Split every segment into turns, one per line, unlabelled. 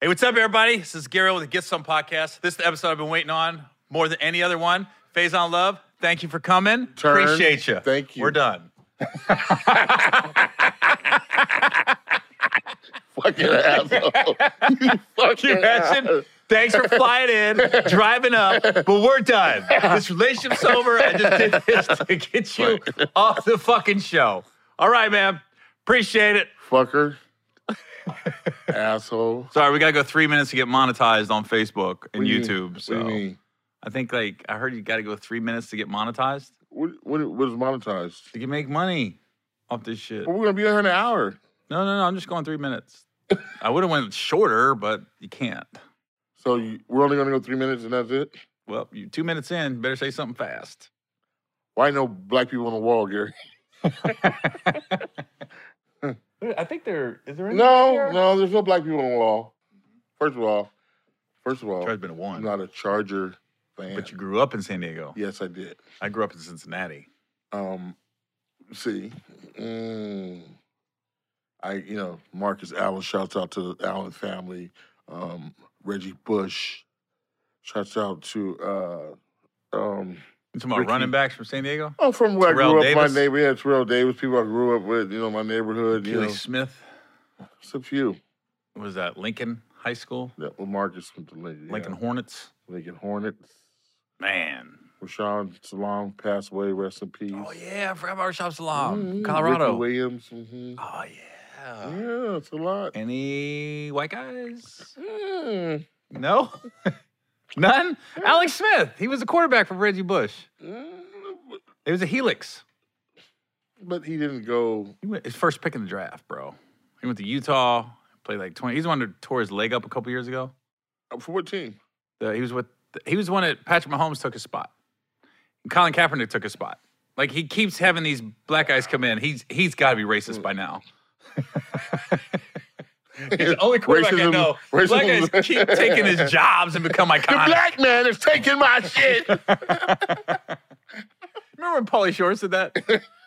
Hey, what's up, everybody? This is Gary with the Get Some Podcast. This is the episode I've been waiting on more than any other one. Phase on Love, thank you for coming.
Turn.
Appreciate you.
Thank you.
We're done.
fucking asshole. you fucking
Can you
asshole.
imagine? Thanks for flying in, driving up, but we're done. This relationship's over. I just did this to get you off the fucking show. All right, man. Appreciate it.
Fucker. asshole.
Sorry, we gotta go three minutes to get monetized on Facebook and
What do you mean?
YouTube.
What do you
So
mean?
I think like I heard you gotta go three minutes to get monetized.
What, what, what is monetized?
You can make money off this shit.
Well,
No,
we're gonna be there in an hour.
no, no. I'm just going three minutes. I would have went shorter, but you can't.
So you, we're only gonna go three minutes and that's it?
Well, you two minutes in, better say something fast.
Why no black people on the wall, Gary?
I think there is there
No, no, there's no black people on the wall. First of all, first of all,
Charge been a one.
I'm not a Charger fan.
But you grew up in San Diego.
yes, I did.
I grew up in Cincinnati.
Um, see, mm, I you know Marcus Allen. Shouts out to the Allen family. Um, Reggie Bush. Shouts out to uh, um,
You talking about
Ricky.
running backs from San Diego?
oh from where
Terrell
I grew up.
Davis?
My neighbor, yeah, Terrell Davis. People I grew up with, you know, my neighborhood. You
Keely
know,
Smith.
it's a few.
What was that Lincoln High School?
Yeah, well, Marcus from the Lincoln, yeah.
Lincoln Hornets.
Lincoln Hornets.
Man.
Rashawn Salam passed away. Rest in peace.
Oh yeah, I forgot about Rashad Salam,
Mhm, Ricky
Colorado.
Williams. mhm.
Oh yeah.
Yeah, it's a lot.
Any white guys?
Mm,
No. None. Alex Smith. He was the quarterback for Reggie Bush.
mm,
It was a helix.
But he didn't go.
He went his first pick in the draft, bro. He went to Utah. Played like twenty. He's the one who tore his leg up a couple years ago.
For what team?
The- he was with he was the one that Patrick Mahomes took his spot. Colin Kaepernick took his spot. Like he keeps having these black guys come in. He's he's got to be racist by now. He's the only quarterback I
Racism-
know. Black guys
racism-
keep taking his jobs and become
The
iconic.
black man is taking my shit.
Remember when Paulie Shore said that?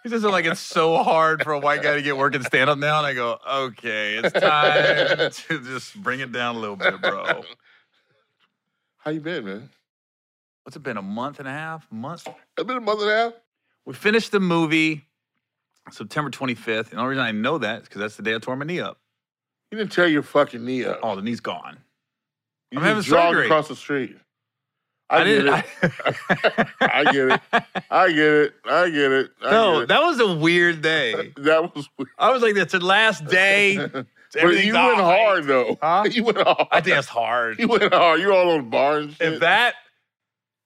He says something like it's so hard for a white guy to get work and stand up now, and I go, okay, it's time to just bring it down a little bit, bro.
How you been, man?
What's it been? A month and a half? Month?
I've been a month and a half.
We finished the movie September 25th. And the only reason I know that is because that's the day I tore my knee up.
You didn't tear your fucking knee up.
Oh, the knee's gone.
you
I'm
just
having
jogged
surgery.
across the street. I, get
didn't.
it. I, get it. I get it. I get it. I
no,
get it.
that was a weird day.
that was weird.
I was like, that's the last day.
but
Everything's
you
all
went
right.
hard though.
Huh?
You went hard.
I danced hard.
You went hard. You all on bar and shit.
if that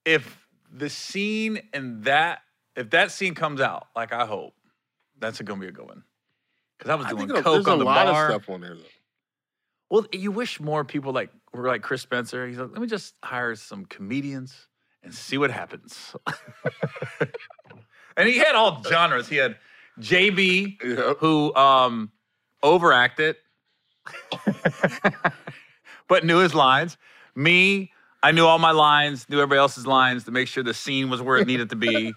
if the scene and that if that scene comes out like i hope that's gonna be a good one because i was
I
doing
think there's
coke
a
on the
lot
bar
of stuff on there though.
well you wish more people like were like chris spencer he's like let me just hire some comedians and see what happens and he had all genres he had jb
Yeah.
who um overacted but knew his lines. Me, I knew all my lines, knew everybody else's lines to make sure the scene was where it needed to be.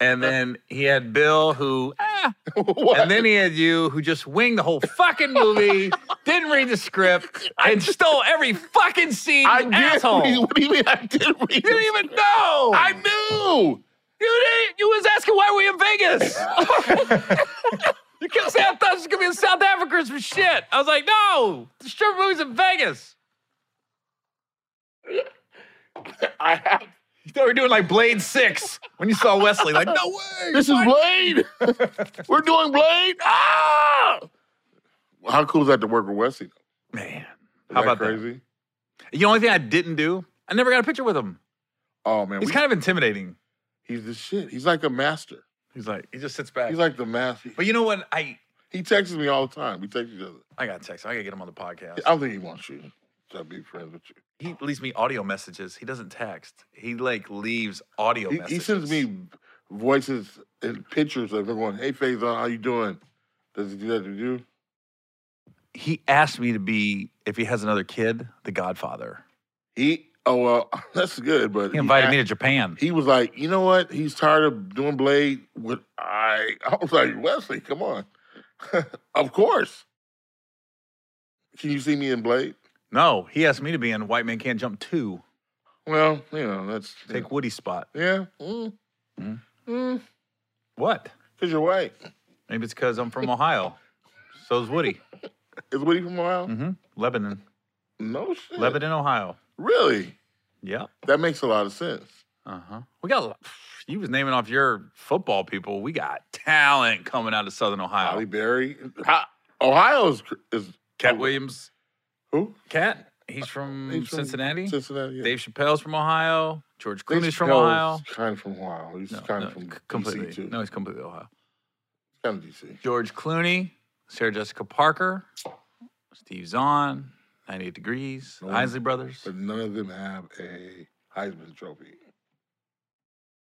And then he had Bill who ah,
what?
and then he had you who just winged the whole fucking movie, didn't read the script, and stole every fucking scene,
I
you
did
asshole.
read-
You
What do you mean I did read?
didn't even know.
I knew.
You didn't. You was asking why we in Vegas. you kept saying I thought this was gonna be in South Africa or some shit. I was like, no, the stripper movie's in Vegas.
I have
You thought we were doing like Blade Six when you saw Wesley. Like, no way.
This is Blade. We're doing Blade. Ah! How cool is that to work with Wesley? though?
man.
Is
How
that
about that?
crazy?
The only thing I didn't do, I never got a picture with him.
Oh man,
He's
we-
kind of intimidating.
he's the shit. He's like a master.
He's like, he just sits back.
He's like the master.
but you know what? I
He texts me all the time. We text each other.
I got to text. him. I gotta get him on the podcast.
I don't think he wants you to be friends with you.
He leaves me audio messages. He doesn't text. He like leaves audio
He, he
messages.
sends me voices and pictures of him going, "Hey, Faison, how you doing?" Does he do that to you?
he asked me to be if he has another kid, the Godfather.
He. Oh well, that's good. But
He invited me to Japan.
he was like, you know what? He's tired of doing Blade. With I, I was like, Wesley, come on. of course. Can you see me in Blade?
No, he asked me to be in White Man Can't Jump 2.
Well, you know, that's
Take Woody's spot.
yeah. Mm.
Mhm.
Mm.
What?
Cause you're white.
Maybe it's because I'm from Ohio. So's Woody.
Is Woody from Ohio?
hmm Lebanon. Mm-hmm.
No shit.
Lebanon, Ohio.
Really?
Yep.
That makes a lot of sense.
Uh huh. We got. a lot- You was naming off your football people. We got talent coming out of Southern
Holly
Ohio.
Berry. Ha- Ohio is, is
Cat Williams.
who?
Cat. Uh, He's from
He's from
Mm, Cincinnati.
Cincinnati. Yeah.
Dave Chappelle's from Ohio. George
Dave
Clooney's from
Chappelle's
Ohio.
Kind of from Ohio. He's
No,
kind
no,
of from
c- completely.
DC too.
No, he's completely Ohio.
Kind of DC.
George Clooney, Sarah Jessica Parker, Steve Zahn, 98 Degrees,
No.
Isley Brothers.
But none of them have a Heisman Trophy.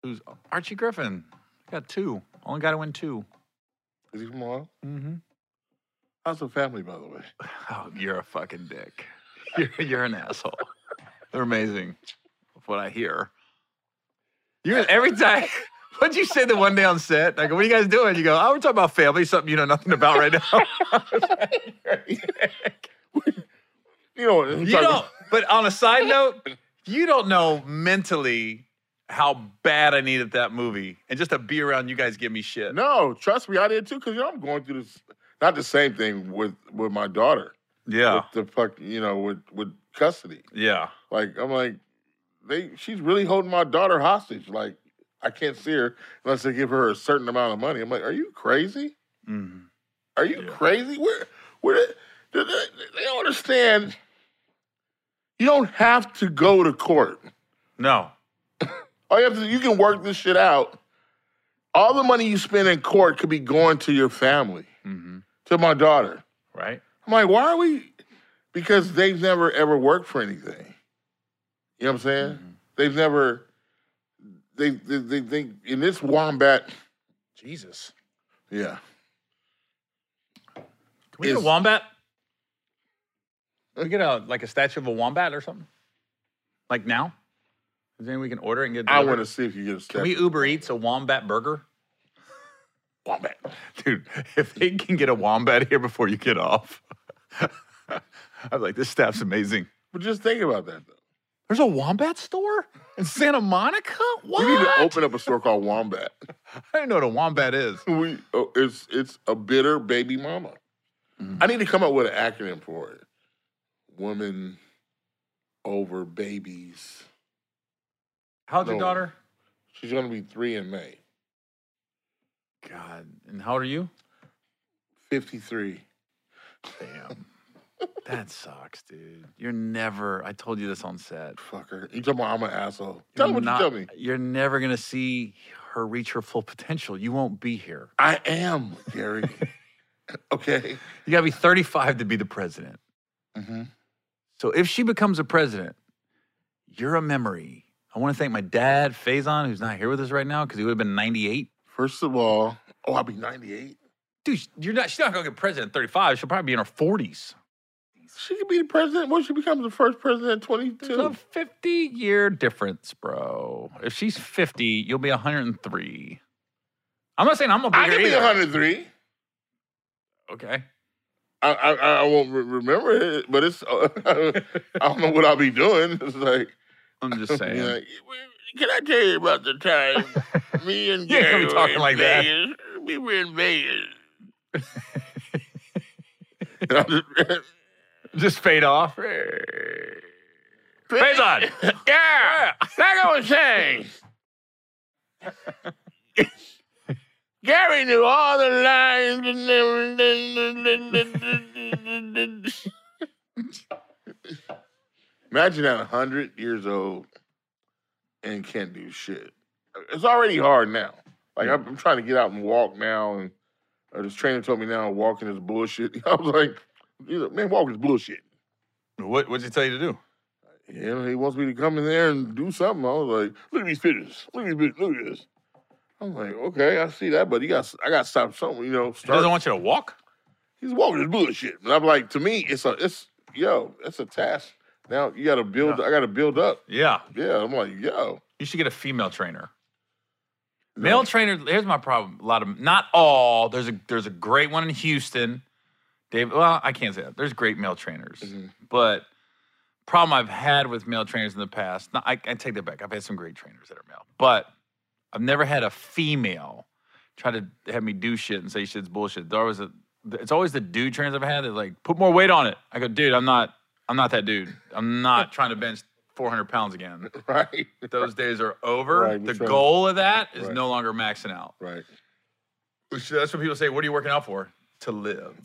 Who's Archie Griffin? Got two. Only got to win 2
Is he from Ohio?
Mm-hmm.
How's the family, by the way?
Oh, you're a fucking dick. You're, you're an asshole. They're amazing, of what I hear. You're every time. What'd you say the one day on set? Like, what are you guys doing? You go, oh, we're talking about family, something you know nothing about right now.
You know, I'm
you
talking-
don't. But on a side note, you don't know mentally how bad I needed that movie, and just to be around you guys give me shit.
No, trust me, I did too. Cause you know, I'm going through this. Not the same thing with with my daughter.
Yeah,
With the fuck, you know, with with custody.
yeah.
Like I'm like, they she's really holding my daughter hostage. Like I can't see her unless they give her a certain amount of money. I'm like, are you crazy?
Mhm.
Are you
Yeah.
crazy? Where where they, they, they don't understand. You don't have to go to court.
No,
All you have to do, you can work this shit out. All the money you spend in court could be going to your family,
hmm
to my daughter.
right?
I'm like, why are we? Because they've never ever worked for anything. You know what I'm saying?
Mhm.
They've never. They they they think in this wombat.
Jesus.
Yeah.
Can we get
is-
a wombat? Can we get a like a statue of a wombat or something? Like now? Is there anything we can order and get?
I
delivered?
want to see if you get a
Can
step.
we Uber Eats a wombat burger?
wombat.
Dude, if they can get a wombat here before you get off, I'm like, this staff's amazing.
But just think about that though.
There's a wombat store in Santa Monica. What?
We need to open up a store called Wombat.
I don't know what a wombat is.
We oh, it's it's a bitter baby mama. I need to come up with an acronym for it. Woman over babies.
How's your
No.
daughter?
She's gonna be three in May.
God, and how old are you?
Fifty three.
Damn, that sucks, dude. You're never. I told you this on set.
Fucker. You talking about I'm an asshole. Tell me
You're
what
not-
you tell me.
You're never gonna see her reach her full potential. You won't be here.
I am, Gary. okay.
You gotta be 35 to be the president.
Mm-hmm.
So if she becomes a president, you're a memory. I want to thank my dad, Faison, who's not here with us right now because he would have been 98.
First of all, oh, I'll be 98.
Dude, you're not. She's not gonna get president at 35. She'll probably be in her 40s.
She could be the president. What if she becomes the first president at
There's a
22?
50 year difference, bro. If she's 50, you'll be 103. I'm not saying I'm gonna be
I
here
could be
either.
103.
Okay.
I, I, I- I won't re- remember it, but it's, I don't know what I'll be doing. It's like,
I'm just saying.
you know, can I tell you about the time me and
You ain't
Gary
gonna be
were
talking
in
like that.
Vegas? We were in Vegas. And I'm just-
just fade off. Faison.
Yeah, like I was saying, Gary knew all the lines and everything. Imagine at 100 years old and can't do shit. It's already hard now. Like, I'm, I'm trying to get out and walk now, and uh, this trainer told me now walking is bullshit. I was like, you know, man, walking is bullshit.
What what'd you tell you to do?
You know, he wants me to come in there and do something. I was like, look at these pictures. Look at these pictures. Look at this. I'm like, okay, I see that, but you got I got to stop something. You know,
He doesn't
start.
want you to walk.
He's walking this bullshit, and I'm like, to me, it's a it's yo, it's a task. Now you got to build. I got to build up.
Yeah.
Yeah, I'm like, yo,
You should get a female trainer.
No.
Male trainer, here's my problem. A lot of not all. There's a there's a great one in Houston. Dave, well, I can't say that. There's great male trainers.
Mhm.
But problem I've had with male trainers in the past. No, I, I take that back. I've had some great trainers that are male, but I've never had a female try to have me do shit and say shit's bullshit. There was a, it's always the dude trainers I've had that like put more weight on it. I go, dude, I'm not, I'm not that dude. I'm not trying to bench 400 pounds again.
Right.
Those days are over.
Right,
the
you're trying to-
goal of that is
Right.
no longer maxing out.
Right.
Which that's what people say. What are you working out for? To live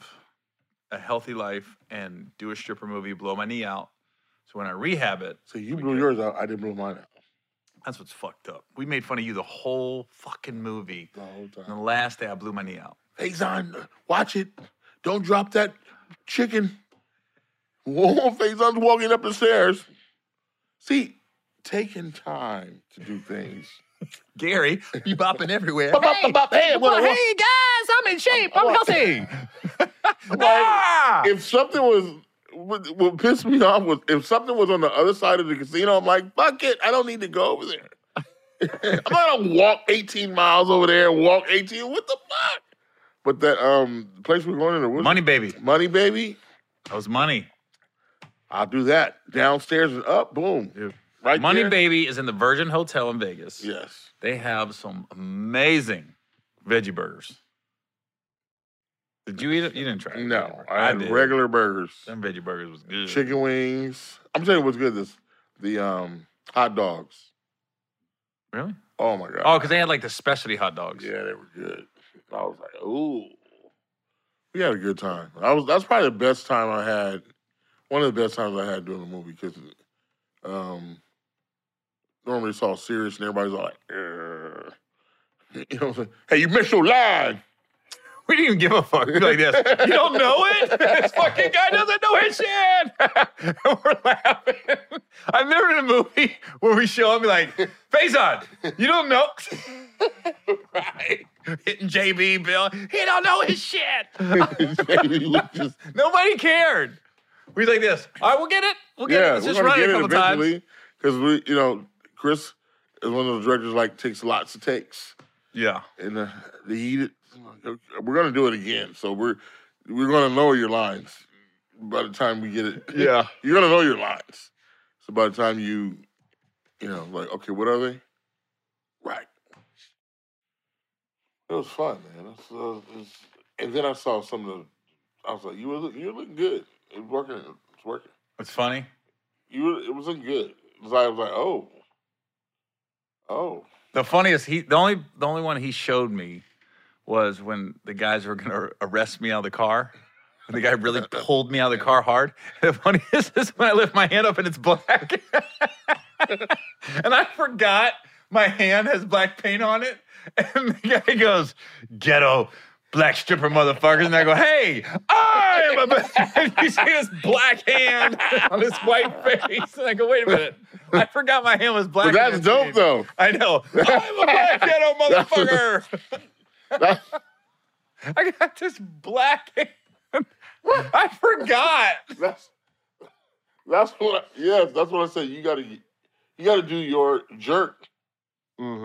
a healthy life and do a stripper movie, blow my knee out. So when I rehab it,
So you
We
blew
good.
yours out. I didn't blow mine out
that's what's fucked up. We made fun of you the whole fucking movie.
the whole
And
time.
the last day I blew my knee out.
Hey, Zon, watch it. Don't drop that chicken. Whoa, Faison's walking up the stairs. See, taking time to do things.
Gary, you bopping everywhere.
Bop, bop, bop, bop. Hey, what- what-
guys, I'm in shape.
I'm
healthy.
like,
Ah!
if something was what, what pissed me off was if something was on the other side of the casino, I'm like, fuck it, I don't need to go over there. I'm not gonna walk 18 miles over there and walk 18. What the fuck? But that um place we're going in the
Money, baby.
money, baby.
That was money.
I'll do that downstairs and up. Boom,
Dude.
right
Money,
there.
baby is in the Virgin Hotel in Vegas.
Yes,
They have some amazing veggie burgers. Did you eat it? You didn't try it.
no, I had
did.
regular burgers,
Them veggie burgers was good.
chicken wings. I'm telling you what's good. This the um hot dogs.
Really?
Oh my god.
Oh, because they had like the specialty hot dogs.
Yeah, they were good. I was like, ooh. We had a good time. I was that's probably the best time I had. One of the best times I had doing a movie because um, normally it's all serious and everybody's all like, "Err." you know, what I'm saying? hey, you missed your line.
We didn't even give a fuck We're like this. You don't know it? This fucking guy doesn't know his shit. and we're laughing. I've never in a movie where we show up and be like, Faison, you don't know. right. Hitting JB Bill. He don't know his shit.
Baby, we just-
Nobody cared. We was like this. All right, we'll get it. We'll get it.
yeah,
Let's
we're
just
gonna
run
get
it a
it
couple times.
eventually because we, you know, Chris is one of those directors like takes lots of takes.
Yeah.
and uh, the heat. We're gonna do it again, so we're we're gonna know your lines by the time we get it. you're gonna know your lines. So by the time you, you know, like okay, what are they? Right. It was fun, man. It's, uh, it's, and then I saw some of the. I was like, you were look- you're looking good. It's working. It's working.
It's funny.
You were, it was looking good. It was like- I was like, oh, oh,
The funniest he the only the only one he showed me was when the guys were gonna arrest me out of the car. And the guy really pulled me out of the car hard. The funniest is when I lift my hand up and it's black. and I forgot my hand has black paint on it. And the guy goes, ghetto black stripper motherfuckers. And I go, hey, I'm a black. you see this black hand on this white face. And I go, wait a minute. I forgot my hand was black. in
but that's
this
dope
scene."
though.
I know. I'm a black ghetto motherfucker.
That's-
I got this black. I forgot.
That's that's what. I, yes, that's what I said. You gotta you gotta do your jerk.
Mm-hmm.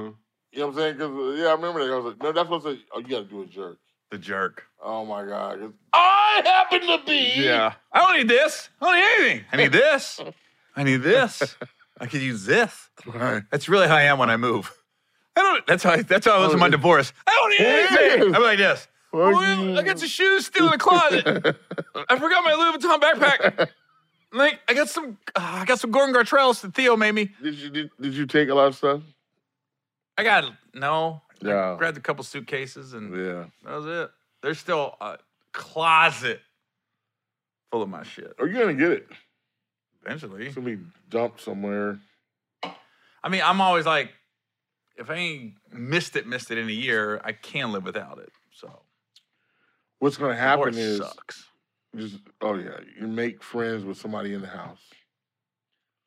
You know what I'm saying? Because yeah, I remember that. I was like, no, that's what I said. Oh, you gotta do a jerk.
The jerk.
Oh my god. 'Cause I happen to be.
I don't need this. I don't need anything. I need this. I need this. I could use this.
Right.
That's really how I am when I move. I don't. That's how. I, that's how I was in my divorce. I don't need anything. I'm like this. Well, I got some shoes still in the closet. I forgot my Louis Vuitton backpack. Like I got some. ah, I got some Gordon Gartrells that Theo made me.
Did you did, did you take a lot of stuff?
I got no.
Yeah.
Grabbed a couple suitcases and
Yeah.
that was it. There's still a closet full of my shit.
Are you gonna get it?
Eventually,
It's gonna be dumped somewhere.
I mean, I'm always like, if I ain't missed it, missed it in a year, I can live without it. So
What's gonna happen
divorce
is
sucks.
just oh yeah, you make friends with somebody in the house.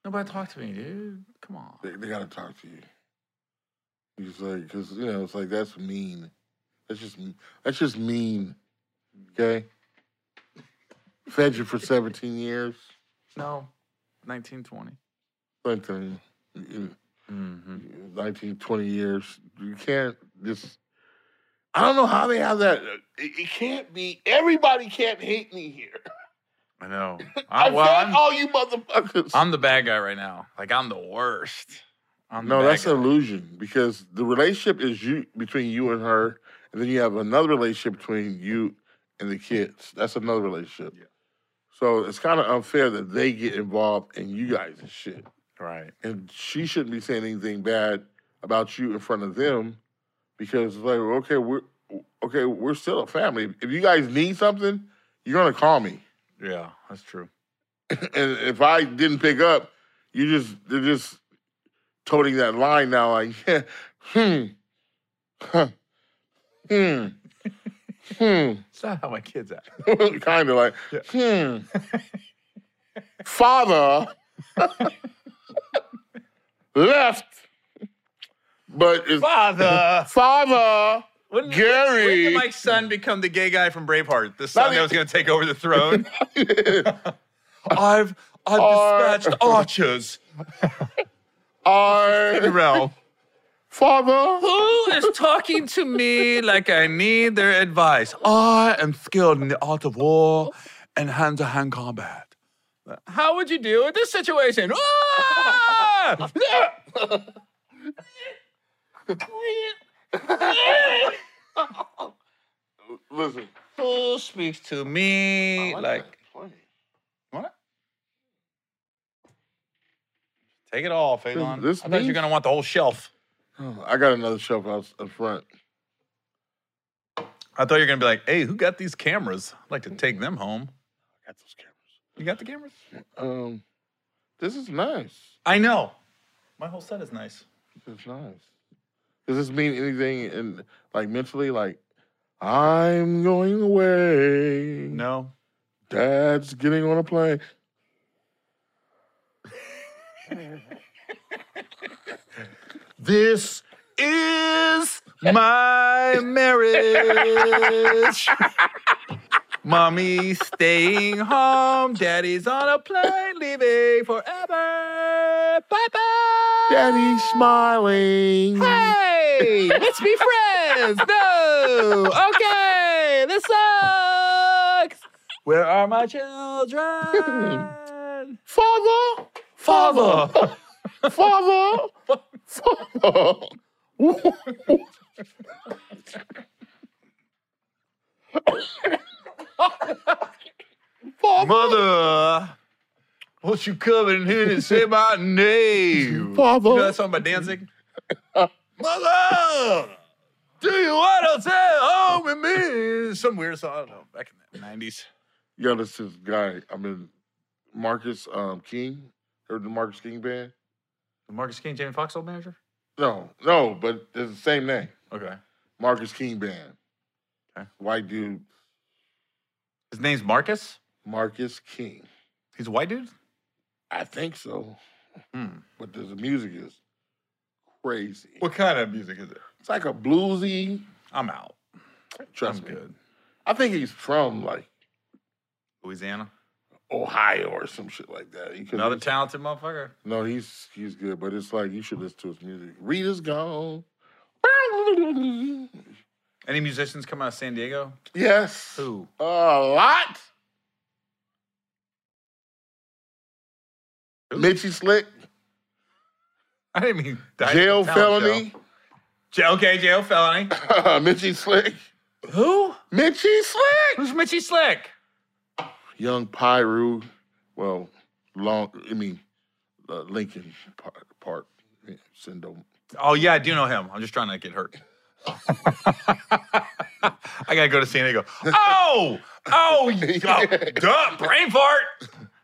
Nobody talk to me, dude. Come on.
They, they gotta talk to you. He's like, because you know, it's like that's mean. That's just that's just mean. Okay. Fed you for seventeen years.
No, 1920.
19, you-
Mm-hmm.
19 20 years. You can't just. I don't know how they have that. It, it can't be. Everybody can't hate me here.
I know.
I
I, well,
found
I'm,
all you motherfuckers.
I'm the bad guy right now. Like I'm the worst. I'm
no,
the bad
that's
guy.
an illusion because the relationship is you between you and her, and then you have another relationship between you and the kids. That's another relationship.
Yeah.
So it's kind of unfair that they get involved in you guys' shit.
right.
and she shouldn't be saying anything bad about you in front of them because like okay we're okay we're still a family if you guys need something you're gonna call me
Yeah, that's true.
and if i didn't pick up you just they're just toting that line now like yeah, hmm huh, hmm hmm
It's not how my kids act.
kind of like hmm father left but it's
Father,
Father,
when, when
Gary.
did my son become the gay guy from Braveheart? The son
Not
that was going to take over the throne. I've I've
Or-
dispatched archers.
our
Realm.
father.
Who is talking to me like I need their advice? I am skilled in the art of war and hand to hand combat. How would you deal with this situation? Ah!
Listen,
Who speaks to me like, take it all, Phelan?
this
I thought you were
means-
going to want the whole shelf.
Oh, I got another shelf out up front.
I thought you were going to be like, hey, who got these cameras? I'd like to take them home.
I got those cameras.
You got the cameras?
Um, this is nice.
I know. My whole set is nice.
This is nice. Does this mean anything in like mentally? Like, I'm going away.
No.
Dad's getting on a plane.
This is my marriage. Mommy staying home, daddy's on a plane, leaving forever. Bye bye.
Daddy's smiling.
Hey, let's be friends. No. Okay, this sucks. Where are my children?
Father,
Father.
father, father.
Mother, won't you come in here and say my name?
Father.
You know that song by Danzig? Mother, do you want to stay home with me? Some weird song, I don't know, back in the 90s.
Yo, this is guy. I'm in Marcus um, King. Heard the Marcus King band?
Marcus King, Jamie Foxx old manager?
No, no, but it's the same name.
Okay.
Marcus King band.
Okay.
White dude,
His name's Marcus?
Marcus King.
He's a white dude?
I think so,
Hmm.
but the music is crazy.
What kind of music is it?
It's like a bluesy.
I'm out.
Trust
I'm
me.
good.
I think he's from like
Louisiana.
Ohio or some shit like that. He could-
Another talented motherfucker.
No, he's he's good, but it's like you should listen to his music. Rita's gone.
Any musicians come out of San Diego?
Yes.
Who?
A lot.
Who?
Mitchy Slick,
I didn't mean
jail
Talent
felony.
show. Ja- okay, jail felony.
Mitchy Slick.
Who?
Mitchy Slick.
Who's Mitchy Slick?
Young Pyru. Well, long. I mean, uh, Lincoln Park. Park yeah, Syndrome.
Oh yeah, I do know him. I'm just trying not to get hurt. I gotta go to San Diego. Oh, oh, you- oh duh, brain fart.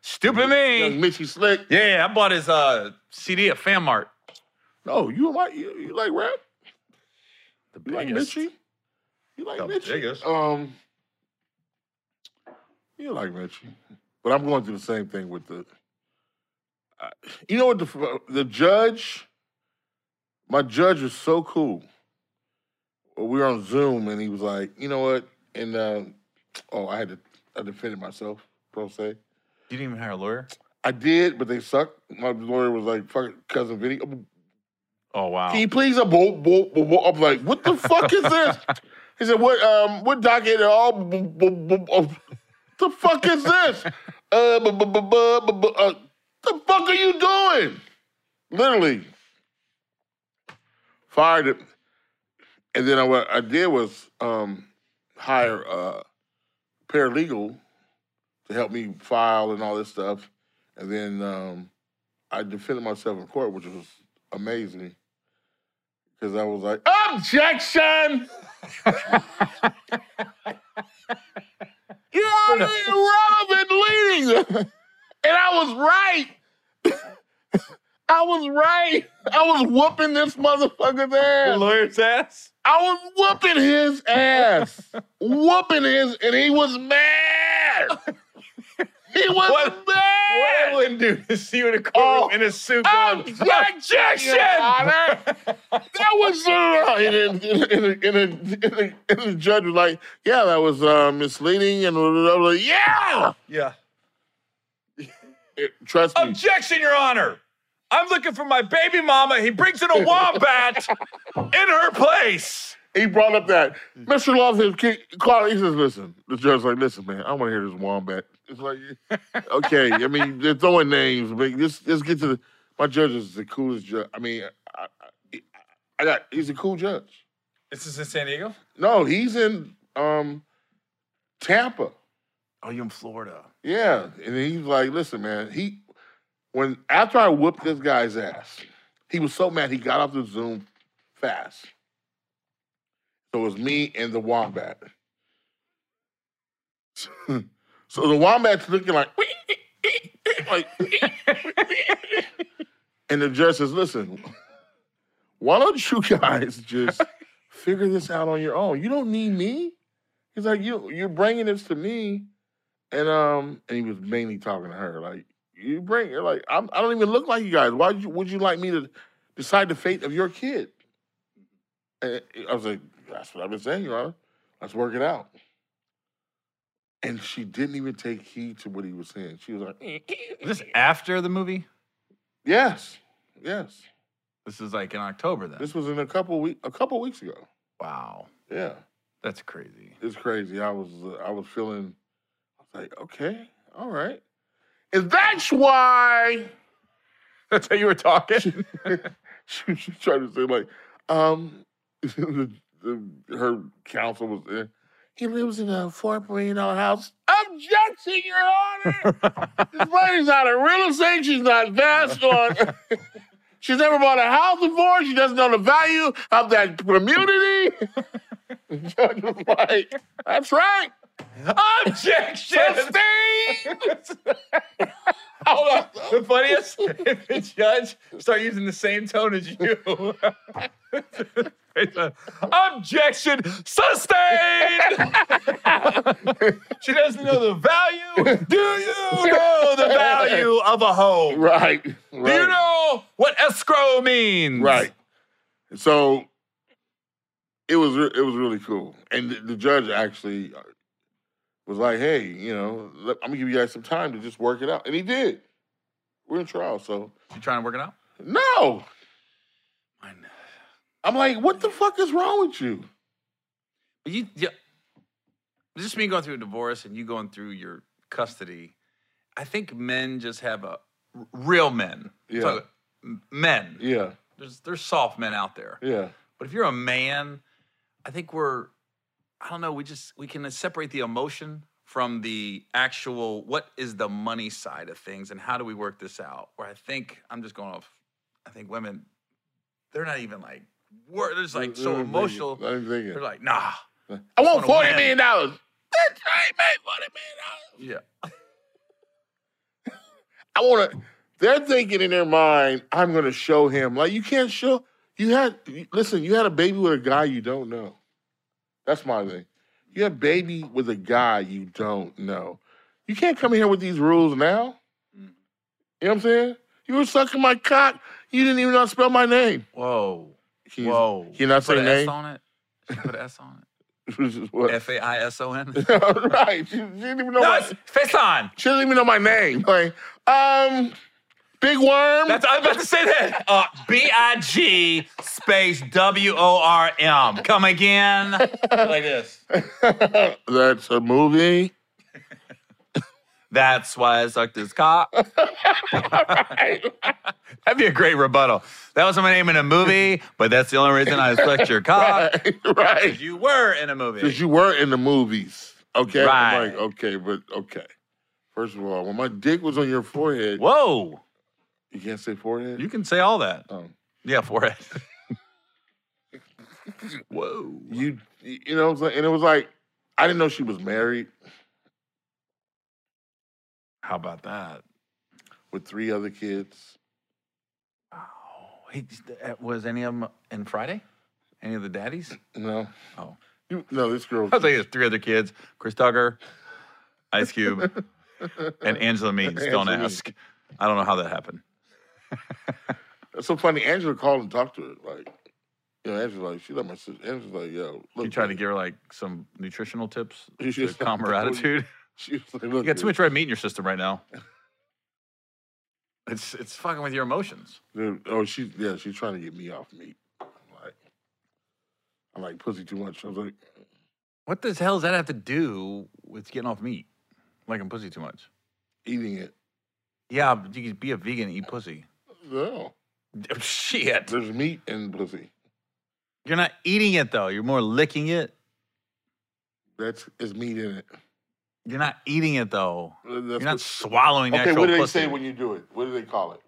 Stupid
Young
me.
Mitchy Slick.
Yeah, I bought his uh, CD at Fan Mart.
No, Oh, you like you, you like rap?
The
You like Mitchy? You like
The
Mitchy?
biggest.
Um, you like Mitchy, but I'm going through the same thing with the. I- You know what the the judge? My judge was so cool. Well, we were on Zoom, and he was like, "You know what?" And uh, oh, I had to I defended myself pro se.
You didn't even hire a lawyer.
I did, but they sucked. My lawyer was like, "Fuck it, cousin Vinny,
Oh wow.
can you please uh, a bo- bo- bo- bo- I'm like, what the fuck is this? He said, what um what docket at all? Bo- bo- bo- bo- the fuck is this? Uh, bu- bu- bu- bu- bu- bu- uh, the fuck are you doing? Literally fired it, and then I, what I did was um, hire uh, a paralegal to help me file and all this stuff, and then um, I defended myself in court, which was amazing because I was like, objection. You're already relevant leading. And I was right. I was right. I was whooping this motherfucker's
The
ass.
lawyer's ass.
I was whooping his ass. whooping his, and he was mad. He was
What- What I
mad.
wouldn't do is see you in a courtroom
Oh.
in a suit. going,
Objection! That was uh, and, and, and, and, and, and, and the judge was like, "Yeah, that was uh, misleading," and blah, blah, blah. yeah,
yeah.
It- trust me,
Objection, Your Honor. I'm looking for my baby mama. He brings in a wombat in her place.
he brought up that Mr. Love his kid. Carl, he says, "Listen," the judge's like, "Listen, man, I want to hear this wombat." It's like, okay, I mean, they're throwing names, but just just get to the. My judge is the coolest judge. I mean, I, I, I got he's a cool judge.
This is in San Diego?
No, he's in um Tampa.
Oh, you in Florida?
Yeah. And then he's like, listen, man, he when after I whooped this guy's ass, he was so mad he got off the Zoom fast. So it was me and the wombat. so the wombat's looking like, like and the judge says, listen, why don't you guys just figure this out on your own? You don't need me. He's like, you you're bringing this to me, and um, and he was mainly talking to her. Like, you bring it. Like, I'm, I don't even look like you guys. Why would you, would you like me to decide the fate of your kid? And I was like, that's what I've been saying, Your Honor. Let's work it out. And she didn't even take heed to what he was saying. She was like,
Is this after the movie?
yes, yes.
This is like in October then.
This was in a couple week a couple weeks ago.
wow,
Yeah.
that's crazy.
it's crazy. I was uh, I was feeling I was like, okay, all right. And that's why
That's how you were talking?
she, she tried to say like, um, the, the, her counsel was there. He lives in a four million dollar house. Objection, Your Honor. this lady's not a real estate. She's not vast on. She's never bought a house before. She doesn't know the value of that community. the judge was like, "That's right."
Objection! Hold on. The funniest if the judge start using the same tone as you. Objection sustained. she doesn't know the value. Do you know the value of a home?
Right. right.
Do you know what escrow means?
Right. So it was re- it was really cool, and the, the judge actually uh, was like, "Hey, you know, let, I'm gonna give you guys some time to just work it out," and he did. We're in trial, so
You trying to work it out?
no.
Mine-
I'm like, what the fuck is wrong with you?
But you, yeah, just me going through a divorce and you going through your custody. I think men just have a r- real men.
Yeah.
Talk- m- men.
Yeah,
There's there's soft men out there,
yeah,
but if you're a man, I think we're, I don't know, we just we can separate the emotion from the actual what is the money side of things and how do we work this out. Where I think I'm just going off. I think women, they're not even like. Word, they're just like so
I'm thinking-
emotional.
I'm thinking.
They're like, nah,
I want
wanna
forty
win.
million dollars. Bitch, I ain't made forty million dollars.
yeah.
I want to. They're thinking in their mind, I'm going to show him. Like you can't show. You had listen. You had a baby with a guy you don't know. That's my thing. You had a baby with a guy you don't know. You can't come here with these rules now. You know what I'm saying? You were sucking my cock. You didn't even know how to spell my name.
Whoa.
Can you-
Whoa.
Can you not say
put an S
name?
on it? Should I Put an S on
Which is
it.
what?
F A I S O N.
right. She, she didn't even know.
No,
My,
it's Faison.
she didn't even know my name. Like, um, big worm.
That's I was about to say that. Uh,
B I G space W O R M. Come again.
like this.
That's a movie.
That's why I sucked his cock.
That'd be a great rebuttal. That was my name in a movie, but that's the only reason I sucked your cock.
right,
'cause
right.
You were in a movie.
Because you were in the movies. Okay. I'm
Right.
like, okay, but okay. First of all, when my dick was on your forehead,
Whoa.
you can't say forehead.
You can say all that.
Oh.
Yeah, forehead. Whoa.
you you know what I'm saying? And it was like I didn't know she was married
How about that?
with three other kids.
Oh, he, was any of them in Friday? Any of the daddies?
No.
Oh.
You, no, this girl.
I was like, there's three other kids Chris Tucker, Ice Cube, and Angela Means. Don't
Angela Means.
ask. I don't know how that happened.
That's so funny. Angela called and talked to her. Like, you know, Angela's like, she like my sister. Angela's like, yo, look. uh,
You tried to
man.
give her like some nutritional tips
She
to
was
calm her
like,
attitude.
She was like, look.
You got too
dude,
much red meat in your system right now. It's it's fucking with your emotions.
dude, oh, she yeah, she's trying to get me off meat. I'm like, I'm like pussy too much. I was like,
What the hell does that have to do with getting off meat? Like I'm pussy too much.
eating it.
Yeah, but you could be a vegan and eat pussy.
No,
Shit.
there's meat in pussy.
You're not eating it though. You're more licking it.
That's is meat in it.
You're not eating it though.
That's
You're not
what-
swallowing
okay,
natural
what do they
pussy.
say when you do it? What do they call it?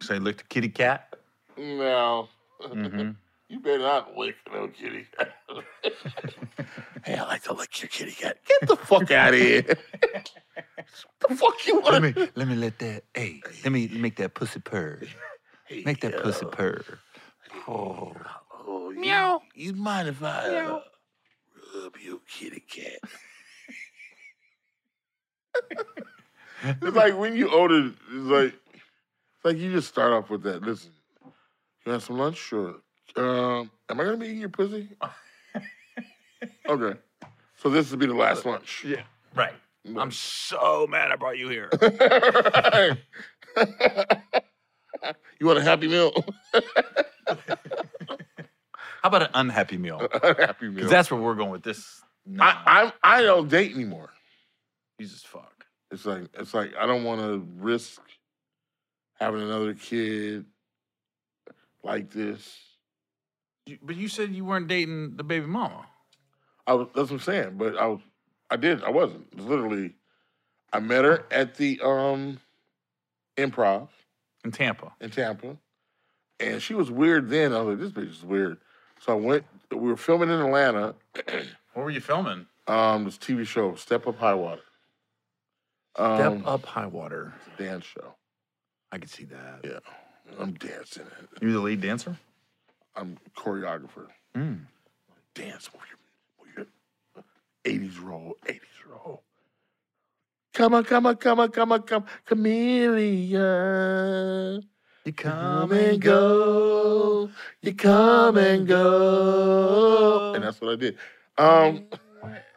Say lick the kitty cat.
No.
hmm
You better not lick no kitty. hey, I like to lick your kitty cat. Get the fuck out of here. the fuck you
let
want
me let me let that. Hey, let me make that pussy purr. Make that pussy purr. Oh.
Oh, you,
Meow.
You mind if I uh,
Meow.
rub your kitty cat? it's like when you older, it's like it's like you just start off with that. Listen, you want some lunch? Sure. Um, am I gonna be eating your pussy? okay. So this would be the last lunch.
Yeah. Right. I'm so mad I brought you here.
Right. you want a happy meal?
How about an unhappy meal?
happy meal.
Because that's where we're going with this.
Uh, I,
Nah,
I'm- I don't date anymore.
Jesus fuck.
It's like it's like I don't want to risk having another kid like this.
You, but you said you weren't dating the baby mama.
I was that's what I'm saying, but I was I did I wasn't It's literally. I met her at the um improv
In Tampa.
in Tampa, and she was weird then. I was like, this bitch is weird. So I went. We were filming in Atlanta.
What were you filming?
Um, this TV show, Step Up High Water. Um,
Step up high water.
dance show.
I could see that.
Yeah, I'm dancing. in it.
You the lead dancer?
I'm choreographer.
Mm.
dance move your, move your 80s roll, 80s roll. Come on, come on, come on, come on, come, chameleon.
You
Come and go, you come and go. And that's what I did. Um,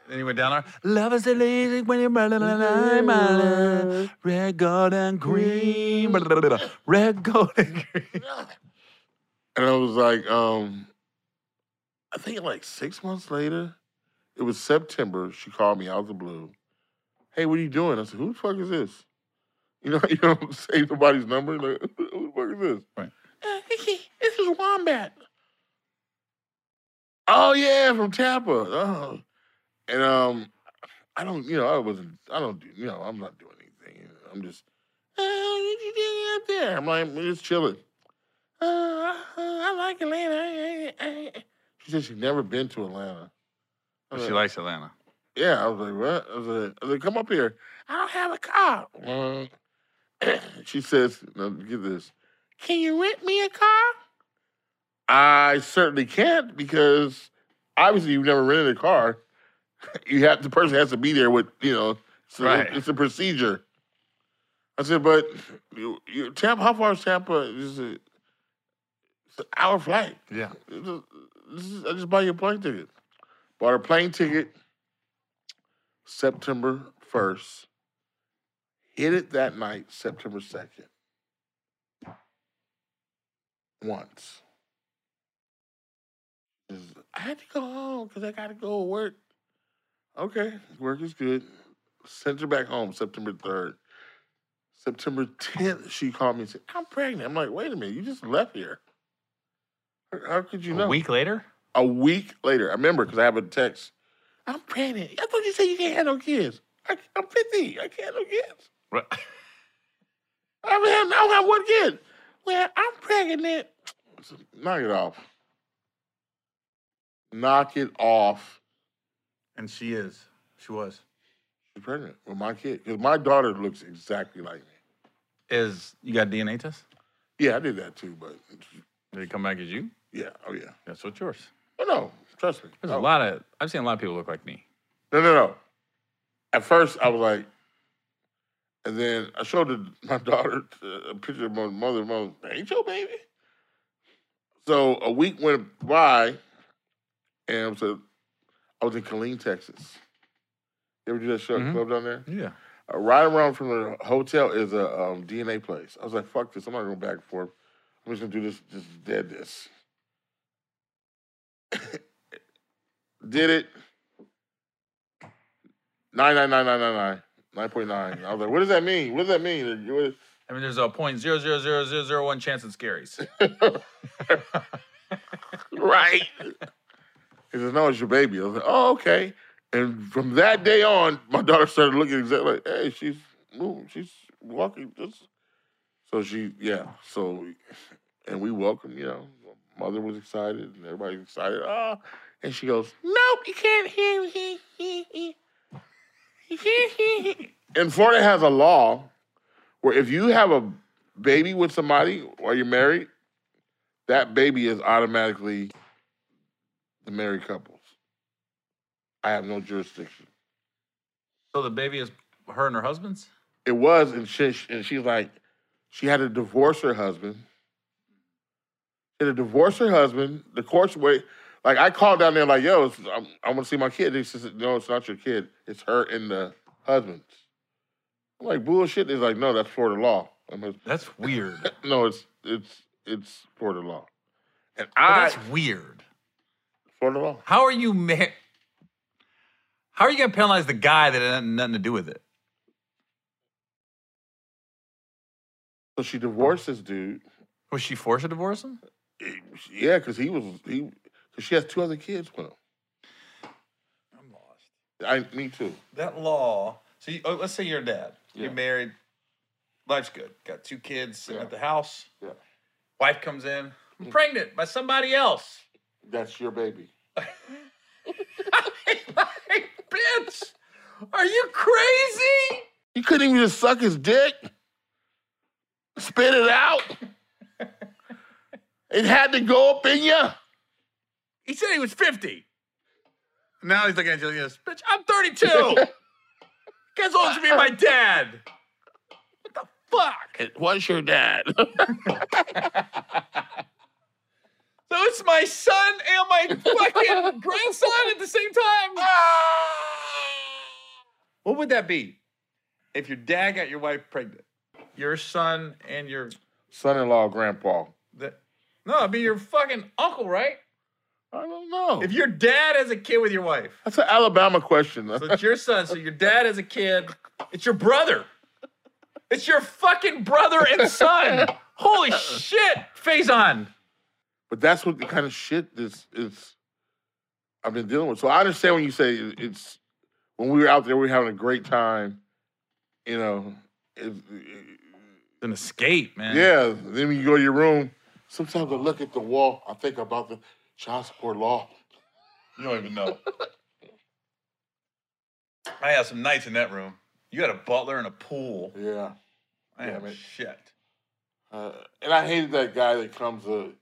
Then you went down there. Love is the lazy when you're running on I'm island. Red, gold, and green. Blah, blah, blah, blah. Red, gold, and green.
and I was like, um, I think like six months later, it was September. She called me out of the blue. Hey, what are you doing? I said, who the fuck is this? You know, you don't say nobody's number. Like, who the fuck is this?
Right.
"Uh, this is Wombat. Oh yeah, from Tampa. Oh. And um, I don't, you know, I wasn't, I don't do, you know, I'm not doing anything. you know, I'm just, oh, what you doing out there? I'm like, we're just chilling. Uh, uh, I like Atlanta. I- I- I- She said she'd never been to Atlanta. I was
She
like,
likes Atlanta.
yeah, I was like, what? I was like, I was like, come up here. I don't have a car. Well, she says, now get this. Can you rent me a car? I certainly can't because obviously you've never rented a car. You have the person has to be there with you know. So
Right.
It's a procedure. I said, but you, you, Tampa, how far is Tampa? She said, It's an hour flight.
Yeah.
It was- this is- I just bought you a plane ticket. Bought a plane ticket September 1st. Hit it that night, September 2nd. Once. Just, I had to go home because I got to go to work. Okay, work is good. Sent her back home September 3rd. September 10th, she called me and said, I'm pregnant. I'm like, wait a minute, you just left here. How- How could you know?
A week later?
A week later, I remember because I have a text. I'm pregnant. I thought you said you can't have no kids. I, I'm 50. I can't have no kids.
What?
I haven't had, I don't have one kid. Well, I'm pregnant. I said, Knock it off. Knock it off.
And she is. She was.
She's pregnant with my kid because my daughter looks exactly like me.
Is you got DNA test?
Yeah, I did that too, but
Did it come back as you?
yeah, oh yeah.
That's what's yours.
Oh no, trust me.
There's a
Oh.
lot of I've seen a lot of people look like me.
No, no, no. At first, I was like, and then I showed the, my daughter uh, a picture of my mother. and Mother, ain't your baby? So a week went by, and I was, uh, I was in Killeen, Texas. You ever do that show at
Mhm.
club down there?
Yeah.
Uh, right around from the hotel is a um, DNA place. I was like, fuck this. I'm not going back and forth. I'm just going to do this, just dead this. Did it. 99999. 9.9. I was like, what does that mean? What does that mean? You were-
I mean there's a point zero zero zero zero zero one chance it's Gary's.
Right. He says, no, it's your baby. I was like, oh, okay. And from that day on, my daughter started looking exactly like, hey, she's moving, she's walking. Just... So she, yeah. So, and we welcome, you know, mother was excited and everybody's excited. Ah, and she goes, nope, you can't hear me. You can't hear me. And Florida has a law where if you have a baby with somebody while you're married, that baby is automatically the married couples. I have no jurisdiction.
so the baby is her and her husband's?
It was, and she and she's like, she had to divorce her husband. She had to divorce her husband. The courts wait. Like I called down there, like, yo, it's, I'm, I want to see my kid. They said, no, it's not your kid. It's her and the husband's. I'm like bullshit. They're like, no, that's Florida law. I'm like,
That's weird. But
no, it's it's it's Florida law. And I
that's weird.
Florida law.
How are you ma- How are you gonna penalize the guy that had nothing to do with it?
So she divorced this dude.
Was she forced to divorce him?
Yeah, because he was he. Cause she has two other kids with him.
I'm lost.
I me too.
That law. So you, oh, let's say you're a dad.
Yeah.
You're married. Life's good. Got two kids sitting
Yeah.
at the house.
Yeah. Mm.
Wife comes in. I'm pregnant by somebody else.
That's your baby.
like, bitch, are you crazy?
You couldn't even just suck his dick, spit it out. it had to go up in you.
He said he was 50. Now he's looking at you like this. Bitch, I'm 32. Guess old should be my dad. What the fuck?
It was your dad.
So it's my son and my fucking grandson at the same time. What would that be? If your dad got your wife pregnant, your son and your
Son-in-law, grandpa.
the, no, it'd be your fucking uncle, right?
I don't know.
If your dad has a kid with your wife,
That's an Alabama question.
so it's your son. So your dad has a kid. It's your brother. It's your fucking brother and son. Holy shit, Faison.
But that's what the kind of shit this is. I've been dealing with. So I understand when you say it- it's when we were out there, we were having a great time. You know, it, it-
It's an escape, man.
yeah. Then when you go to your room, sometimes I look at the wall. I think about the child support law.
You don't even know. I had some nights in that room. You had a butler and a pool.
Yeah,
I had
Damn it.
shit.
uh, and I hated that guy that comes to,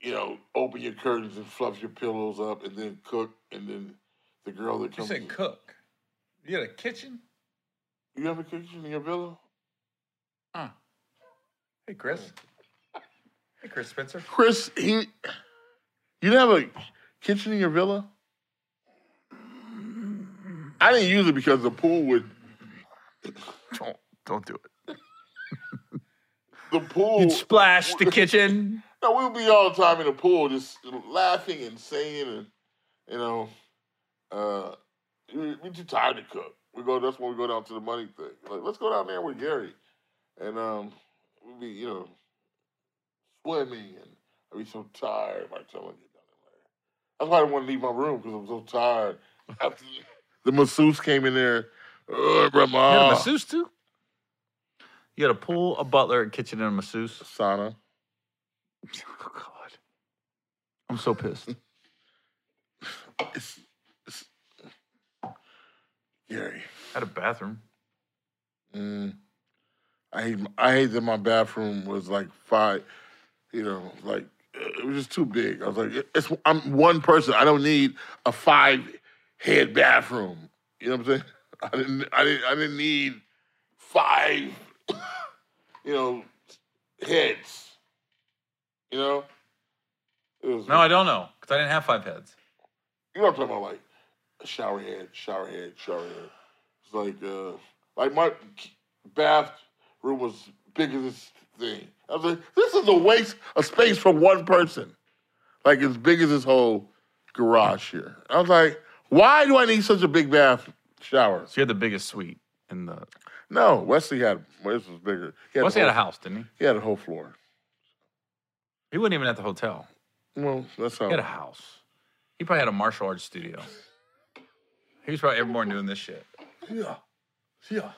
you know, open your curtains and fluff your pillows up, and then cook, and then the girl that
You
comes.
said cook. You had a kitchen?
you have a kitchen in your villa?
Huh. Hey, Chris. Hey, Chris Spencer.
Chris, he, you didn't have a kitchen in your villa? I didn't use it because the pool would.
Don't don't do it.
The pool.
You'd splash the kitchen.
no, we would be all the time in the pool, just laughing and singing, and you know, uh, we we too tired to cook. we go. That's when we go down to the money thing. Like, let's go down there with Gary, and um, we'll be you know swimming, and I'd be so tired by the time I get down there. That's why I didn't want to leave my room because I'm so tired. After the masseuse came in there, ugh,
You
bro, my
had a
arm.
masseuse too? You had a pool, a butler, a kitchen, and a masseuse.
sauna.
Oh God, I'm so pissed.
It's, it's, Gary.
had a bathroom.
Mm. I hate, I hate that my bathroom was like five, you know, like it was just too big. I was like, it's I'm one person. I don't need a five head bathroom. You know what I'm saying? I didn't I didn't I didn't need five, you know, heads. You know? It was,
No, I don't know because I didn't have five heads.
you know what I'm talking about, like shower head, shower head, shower head. It's like, uh, like my bathroom was big as this thing. I was like, this is a waste of space for one person. Like as big as this whole garage here. I was like, why do I need such a big bath shower?
So you had the biggest suite in the.
No, Wesley had Wesley was bigger. He had,
Plus, he
the
had
whole,
a house, didn't he?
he had a whole floor.
He wasn't even at the hotel.
Well, that's how.
He had a house. He probably had a martial arts studio. He was probably evermore doing this shit.
yeah, yeah.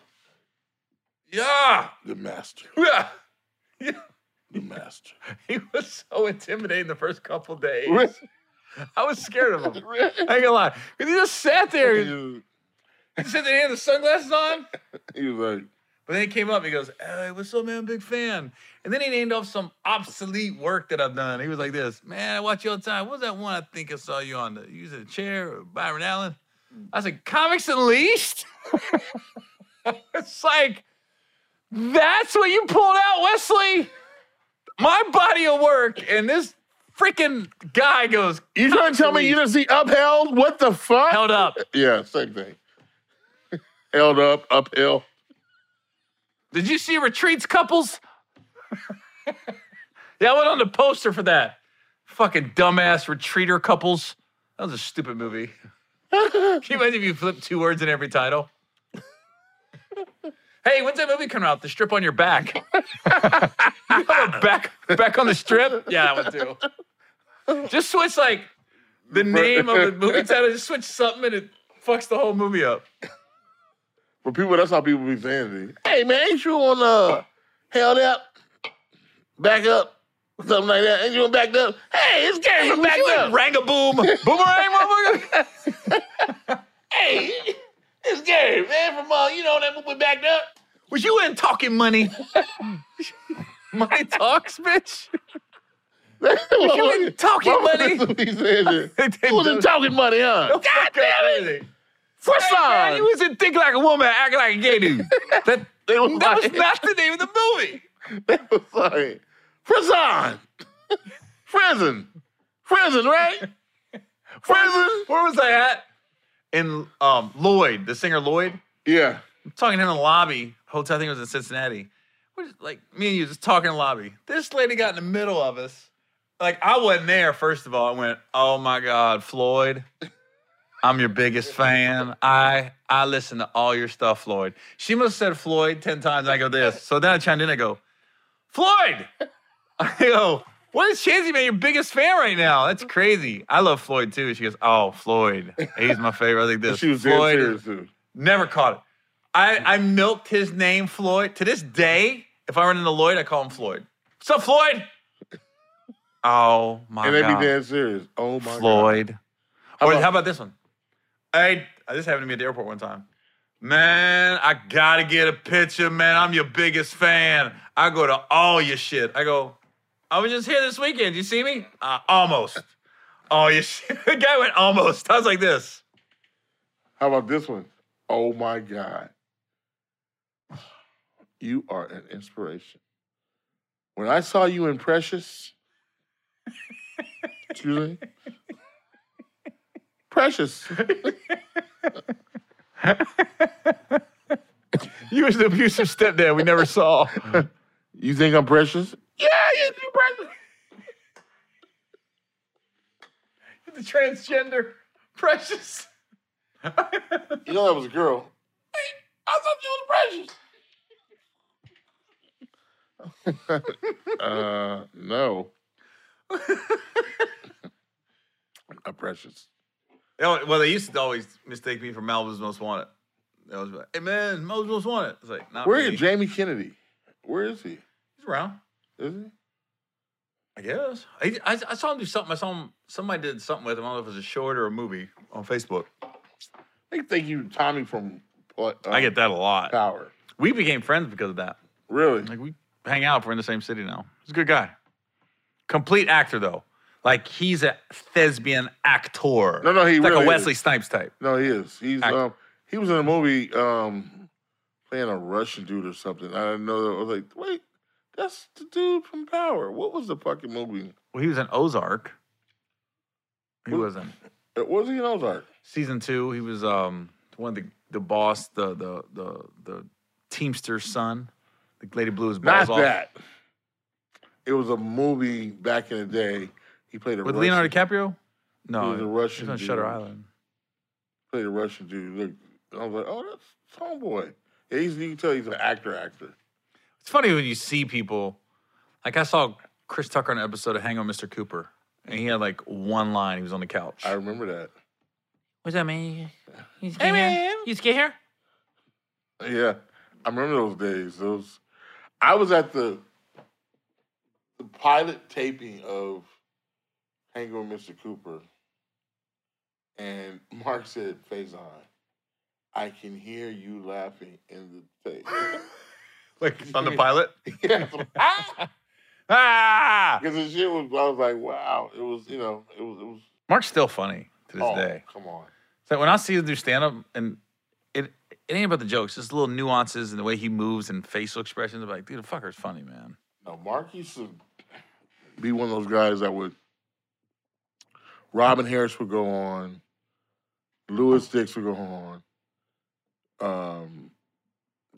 Yeah.
The master,
Yeah.
the master.
He was so intimidating the first couple days. I was scared of him. I ain't gonna lie. 'Cause he just sat there. He just sat there and he had the sunglasses on.
he was like,
But then he came up and he goes, Hey, what's up, man? Big fan. And then he named off some obsolete work that I've done. He was like this, man, I watch you all the time. What was that one I think I saw you on the using a chair or Byron Allen? I said, Comics Unleashed? it's like, that's what you pulled out, Wesley. My body of work, and this freaking guy goes,
You trying to tell me you didn't see upheld? What the fuck?
held up.
Yeah, same thing. Held up, uphill.
Did you see retreats couples? yeah, I went on the poster for that. Fucking dumbass retreater couples. That was a stupid movie. Can you imagine if you flipped two words in every title? hey, when's that movie coming out? The strip on your back. You have a back back on the strip? Yeah, that one too. Just switch like the name of the movie title, just switch something and it fucks the whole movie up.
For people, that's how people be saying it. Hey man, ain't you on uh held up, back up, something like that? Ain't you on backed up? Hey, it's Gary from backed up.
Rangaboom. Boomerang, motherfucker.
hey, it's Gary man from uh, you know that movie backed up.
Was you in talking money? money talks, bitch. You in talking money?
he said it.
They did
You wasn't talking money, huh?
God damn it. First
line.
you was in Think Like a Woman, Act Like a Gay Dude. That,
They was
that was
like-
not the name of the movie.
They was like, prison, prison, prison, right? Prison.
Where was I at? In um, Lloyd, the singer Lloyd.
Yeah.
I'm talking in the lobby, hotel, I think it was in Cincinnati. We're just, like, me and you just talking in the lobby. This lady got in the middle of us. Like, I wasn't there, first of all. I went, oh my God, Floyd, I'm your biggest fan. I I listen to all your stuff, Floyd. She must have said Floyd 10 times. I go, this. So then I chimed in, I go, Floyd! I go, what is Chansey, man, your biggest fan right now? That's crazy. I love Floyd too. She goes, oh, Floyd. He's my favorite. I think this.
She was dead
Floyd is
serious too.
Never caught it.
Hmm.
I, I milked his name, Floyd. To this day, if I run into Lloyd, I call him Floyd. What's up, Floyd? Oh my
and they
god,
be dead serious. Oh my
Floyd.
god. How
or
about-
how about this one? Hey, this happened to me at the airport one time. Man, I gotta get a picture, man. I'm your biggest fan. I go to all your shit. I go, I was just here this weekend. You see me? Uh, almost. All your shit. the guy went almost. I was like this.
how about this one? Oh my god. You are an inspiration. When I saw you in Precious, excuse me, Precious.
You was the abusive stepdad we never saw.
You think I'm precious? Yeah, you think precious.
the transgender precious.
You know that was a girl. thought you was precious. uh, no. I'm precious.
You know, Oh, well, they used to always mistake me for Malibu's Most Wanted. They was like, "Hey man, Malibu's Most Wanted." It's like, not
Where
me.
is Jamie Kennedy? Where is he?
He's around.
Is he?
I guess. I, I, I saw him do something. I saw him. Somebody did something with him. I don't know if it was a short or a movie on Facebook.
They think you Tommy from what? uh,
I get that a lot.
power.
We became friends because of that.
Really?
Like we hang out. We're in the same city now. He's a good guy. Complete actor though. Like he's a thespian actor.
No, no, he
He's like
really
a Wesley
Is.
Snipes type.
No, he is. He's
Act-
um he was in a movie um playing a Russian dude or something. I didn't know that. I was like, wait, that's the dude from Power. What was the fucking movie?
Well, he was in Ozark. He
Who-
was in
Uh, Was he in Ozark?
season two. He was um one of the the boss, the the the the teamster's son. The lady blew his balls
Not
off
that. It was a movie back in the day. He played a
with
Russian,
Leonardo DiCaprio.
he
No,
was a
he's
Russian
on
dude.
Shutter Island.
Played a Russian dude. Look, I was like, oh, that's homeboy. Yeah, he's, you can tell he's an actor, actor.
It's funny when you see people. Like I saw Chris Tucker on an episode of Hang on Mr. Cooper, and he had like one line. He was on the couch.
I remember that.
What's that mean? You
Hey, man.
You scared here?
Yeah, I remember those days. Those, I was at the the pilot taping of Hang with Mr. Cooper, and Mark said, "Faison, I can hear you laughing in the tape."
Like on the pilot?
yeah, because
Ah!
the shit was. I was like, "Wow!" It was, you know, it was, it was.
Mark's still funny to this
oh,
day.
come on.
So when I see him do stand up, and it it ain't about the jokes, it's little nuances and the way he moves and facial expressions. I'm like, dude, the fucker's funny, man.
No, Mark used to be one of those guys that would. Robin Harris would go on. Lewis Dix would go on. Um,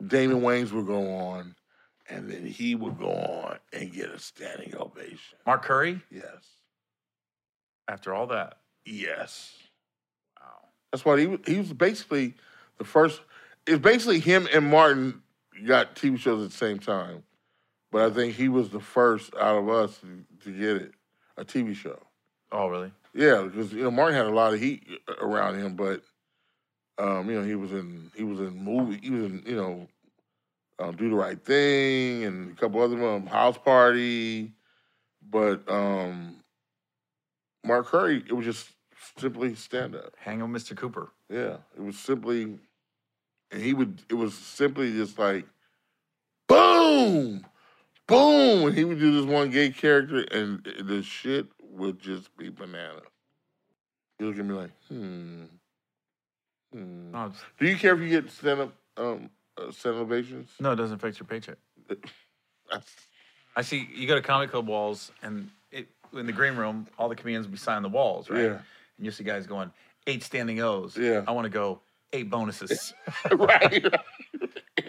Damon Wayans would go on, and then he would go on and get a standing ovation.
Mark Curry,
Yes,
after all that,
yes.
wow.
That's why he was, he was basically the first. It's basically him and Martin got TV shows at the same time, but I think he was the first out of us to, to get it a TV show.
Oh, really?
Yeah, because you know Martin had a lot of heat around him, but um, you know he was in he was in movie he was in you know um, do the right thing and a couple other um, house party, but um, Mark Curry it was just simply stand up.
Hang on, Mr. Cooper.
Yeah, it was simply, and he would. It was simply just like, boom, boom, and he would do this one gay character, and the shit would just be banana. You look at me like, hmm, hmm.
No, it's-
Do you care if you get stand up, um, uh, stand ovations?
no, it doesn't affect your paycheck.
That's-
I see you go to comedy club walls, and it in the green room, all the comedians will be signing the walls, right?
Yeah,
And you see guys going eight standing O's.
Yeah.
I want to go eight bonuses.
right.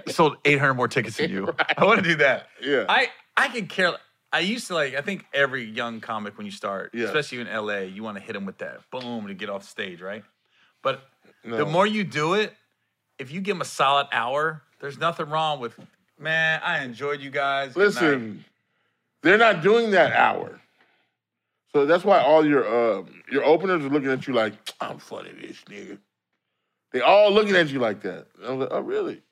Sold eight hundred more tickets than you. I want to do that.
Yeah,
I I could care. I used to like. I think every young comic when you start,
Yeah.
especially in LA, you want to hit them with that boom to get off stage, right? But
no.
the more you do it, if you give them a solid hour, there's nothing wrong with. Man, I enjoyed you guys. Good night."
Listen, they're not doing that hour. So that's why all your uh, your openers are looking at you like, I'm funny this nigga. They all looking at you like that. And I was like, oh really?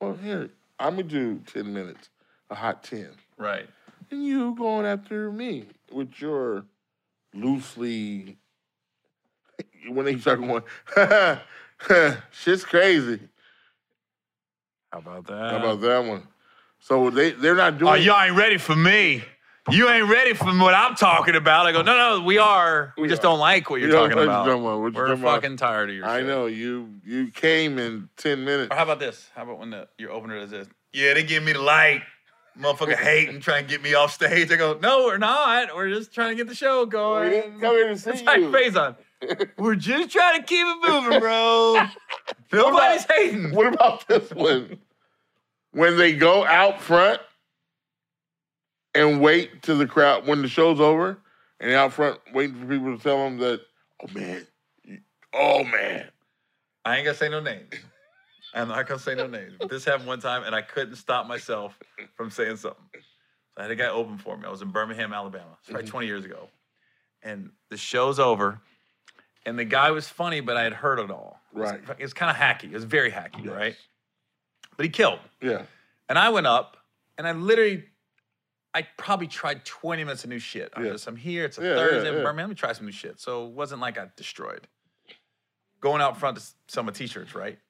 Well here, I'ma do 10 minutes, a hot 10.
right?
And you going after me with your loosely when they start going, shit's crazy.
How about that?
How about that one? So they they're not doing
Uh-huh. Oh, y'all ain't ready for me. You ain't ready for what I'm talking about. I go, no, no, we are. We,
We
just
are.
don't like what you're
You know,
talking
what you
about.
talking about, what you
We're
talking about.
fucking tired of your
I
shit.
know you. You came in ten minutes.
Or how about this? How about when the, your opener does this? Yeah, they give me the light. Motherfucker hate and trying to get me off stage. I go, no, we're not. We're just trying to get the show
We
going.
didn't come here to see
It's like
you.
face on. We're just trying to keep it moving, bro. Nobody's hating.
What about this one? When they go out front and wait till the crowd when the show's over, and they're out front waiting for people to tell them that, oh man, you- oh man,
I ain't gonna say no names. I'm not gonna say no names, but this happened one time, and I couldn't stop myself from saying something. So I had a guy open for me. I was in Birmingham, Alabama, it's probably
Mhm.
20 years ago, and the show's over, and the guy was funny, but I had heard it all. It was-
Right.
It was kind of hacky. It was very hacky,
Yes.
right? But he killed.
Yeah.
And I went up and I literally, I probably tried 20 minutes of new shit. I'm
Yeah.
just, I'm here, it's a
Yeah, yeah,
Thursday,
yeah.
Birmingham, let me try some new shit. So it wasn't like I destroyed. Going out front to s- sell my t shirts, right?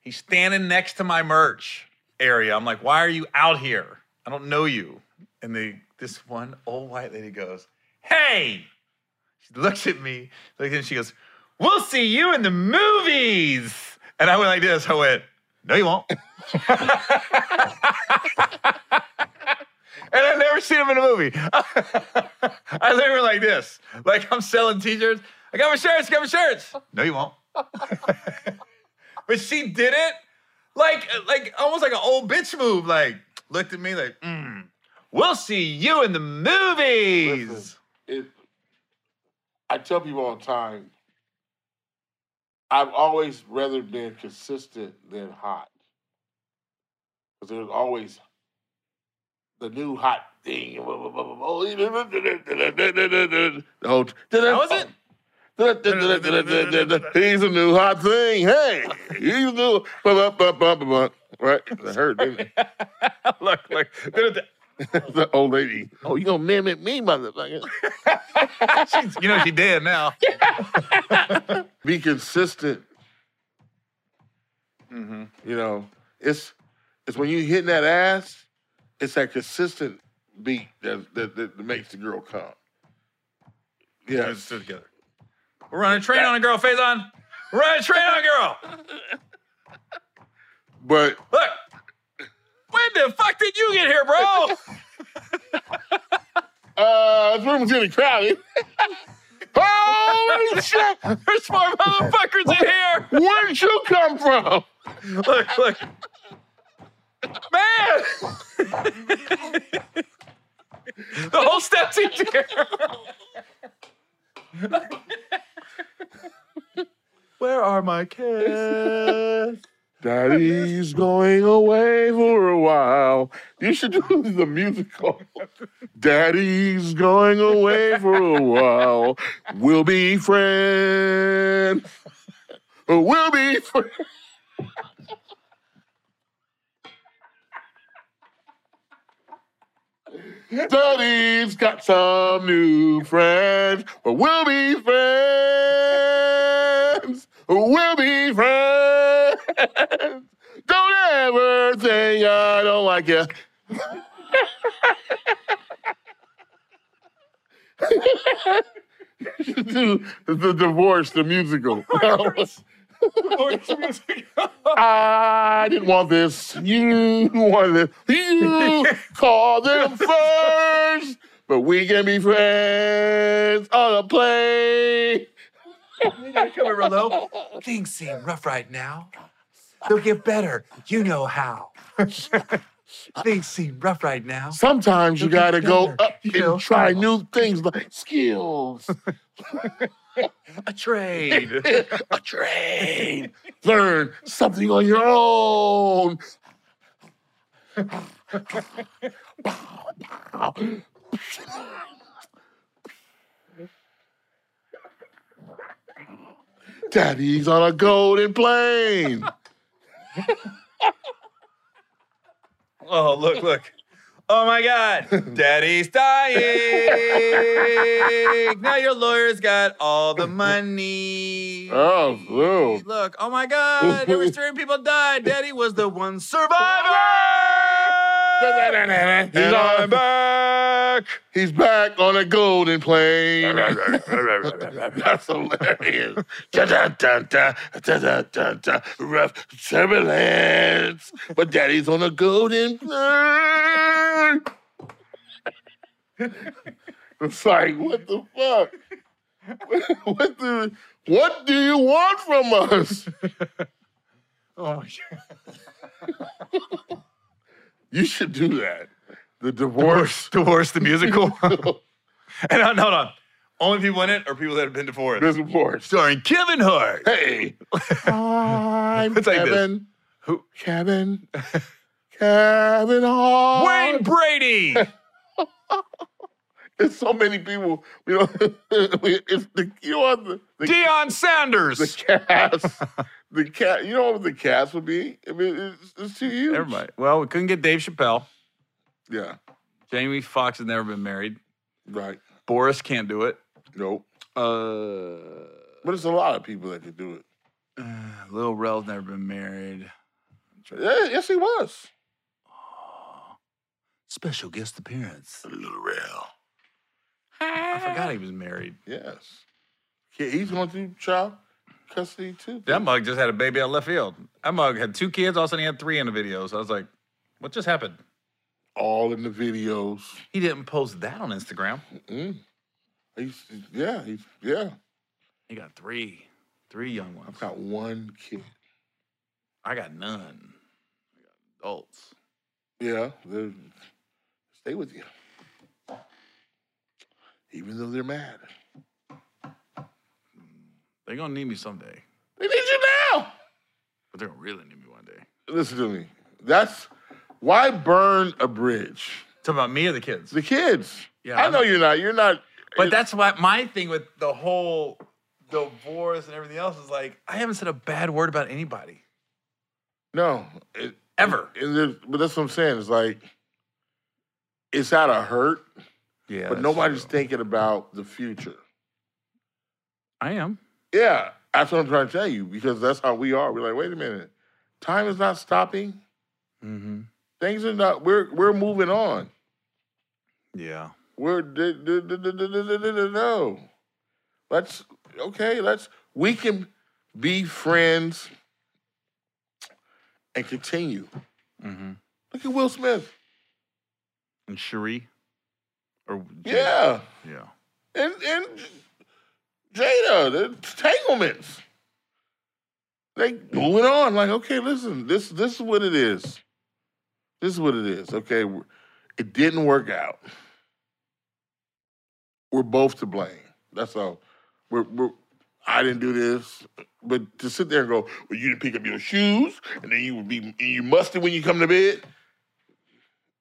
He's standing next to my merch area. I'm like, why are you out here? I don't know you. And the, this one old white lady goes, hey, she looks at me, looks at me, she goes, we'll see you in the movies. And I went like this. I went, no, you won't. And I've never seen him in a movie. I literally like this. Like I'm selling t-shirts. I got my shirts, got my shirts. No, you won't. but she did it like like almost like an old bitch move. Like looked at me like, mm, we'll see you in the movies.
Listen, it, I tell people all the time, I've always rather been consistent than hot. Because there's always the new hot thing. The whole,
That was it?
He's a new hot thing. Hey, he's a new. Right? That hurt, didn't it?
look, look.
the old lady. Oh, you gonna mimic me, motherfucker?
She's- you know she did now.
Be consistent.
Mhm.
You know, it's it's when you hitting that ass, it's that consistent beat that that, that, makes the girl come. Yeah,
Let's do it together. We're running a train on a girl, face on. We're running a train on a girl.
but
Look. When the fuck did you get here, bro?
uh, this room's getting crowded. Holy shit!
There's more motherfuckers in here.
Where did you come from?
Look, look. Man! the whole step's in here. Where are my kids?
Daddy's going away for a while. You should do the musical. Daddy's going away for a while. We'll be friends. We'll be friends. Daddy's got some new friends, but we'll be friends. We'll be friends. Don't ever say I don't like you. Do the divorce, the musical. I didn't want this. You wanted this. You called them first, but we can be friends on a plane.
Coming real low. Things seem rough right now. They'll get better. You know how. Things seem rough right now.
Sometimes you gotta go
Together,
up
you know.
and try new things like skills,
A trade.
a trade, learn something on your own. Daddy's on a golden plane.
Oh, look, look. Oh my God. Daddy's dying. now your lawyer's got all the money.
Oh, Lou.
Look, oh my God. There was three people died. Daddy was the one survivor.
He's,
And I'm
on,
back.
he's back on a golden plane. That's hilarious. Da-da-da-da, da-da-da-da, Rough turbulence, but daddy's on a golden plane. It's like, what the fuck? What do, what do you want from us?
Oh my God.
You should do that. The divorce.
Divorce the musical.
this
and uh, hold on. Only people in it are people that have been divorced.
divorce.
Starring Kevin Hart.
Hey. I'm
It's like this.
Kevin.
Who?
Kevin. Kevin Hart.
Wayne Brady.
There's so many people. We don't. we, it's the you know what the the,
Deion
the
Sanders.
cast. the cat. You know what the cast would be? I mean, it's, it's too huge.
Everybody. Well, we couldn't get Dave Chappelle.
Yeah.
Jamie Foxx has never been married.
Right.
Boris can't do it.
Nope.
Uh,
But it's a lot of people that could do it.
Lil Rel's never been married.
Yeah, yes, he was.
Special guest appearance.
little real.
I forgot he was married.
Yes. Yeah, he's going through child custody too.
That mug just had a baby out of left field. That mug had two kids. All of a sudden, he had three in the video. So I was like, what just happened?
All in the videos.
He didn't post that on Instagram.
Mm. He's yeah. He's yeah.
He got three, three young ones.
I've got one kid.
I got none. I got adults.
Yeah, they're stay with you. Even though they're mad.
They're gonna need me someday,
They need you now.
but they're gonna really need me one day.
Listen to me. That's why burn a bridge?
Talking about me or the kids.
The kids.
Yeah,
I
I'm-
know you're not. You're not
But that's why my thing with the whole divorce and everything else is like I haven't said a bad word about anybody
no. It,
ever.
and there's- but that's what I'm saying. It's like it's out of hurt,
Yeah,
but nobody's thinking about the future.
I am.
Yeah, that's what I'm trying to tell you because that's how we are. We're like, wait a minute, time is not stopping.
Mm-hmm.
Things are not. We're we're moving on.
Yeah.
We're d- d- d- d- d- d- d- d- d- no. Let's okay. Let's we can be friends and continue.
Mm-hmm.
Look at Will Smith.
And Cherie. Or
Yeah,
yeah.
and and Jada, the entanglements. They moving on. Like okay, listen. This this is what it is. This is what it is. Okay, we're- it didn't work out. We're both to blame. That's all. We're, we're I didn't do this, but to sit there and go, well, you didn't pick up your shoes, and then you would be and you musty when you come to bed.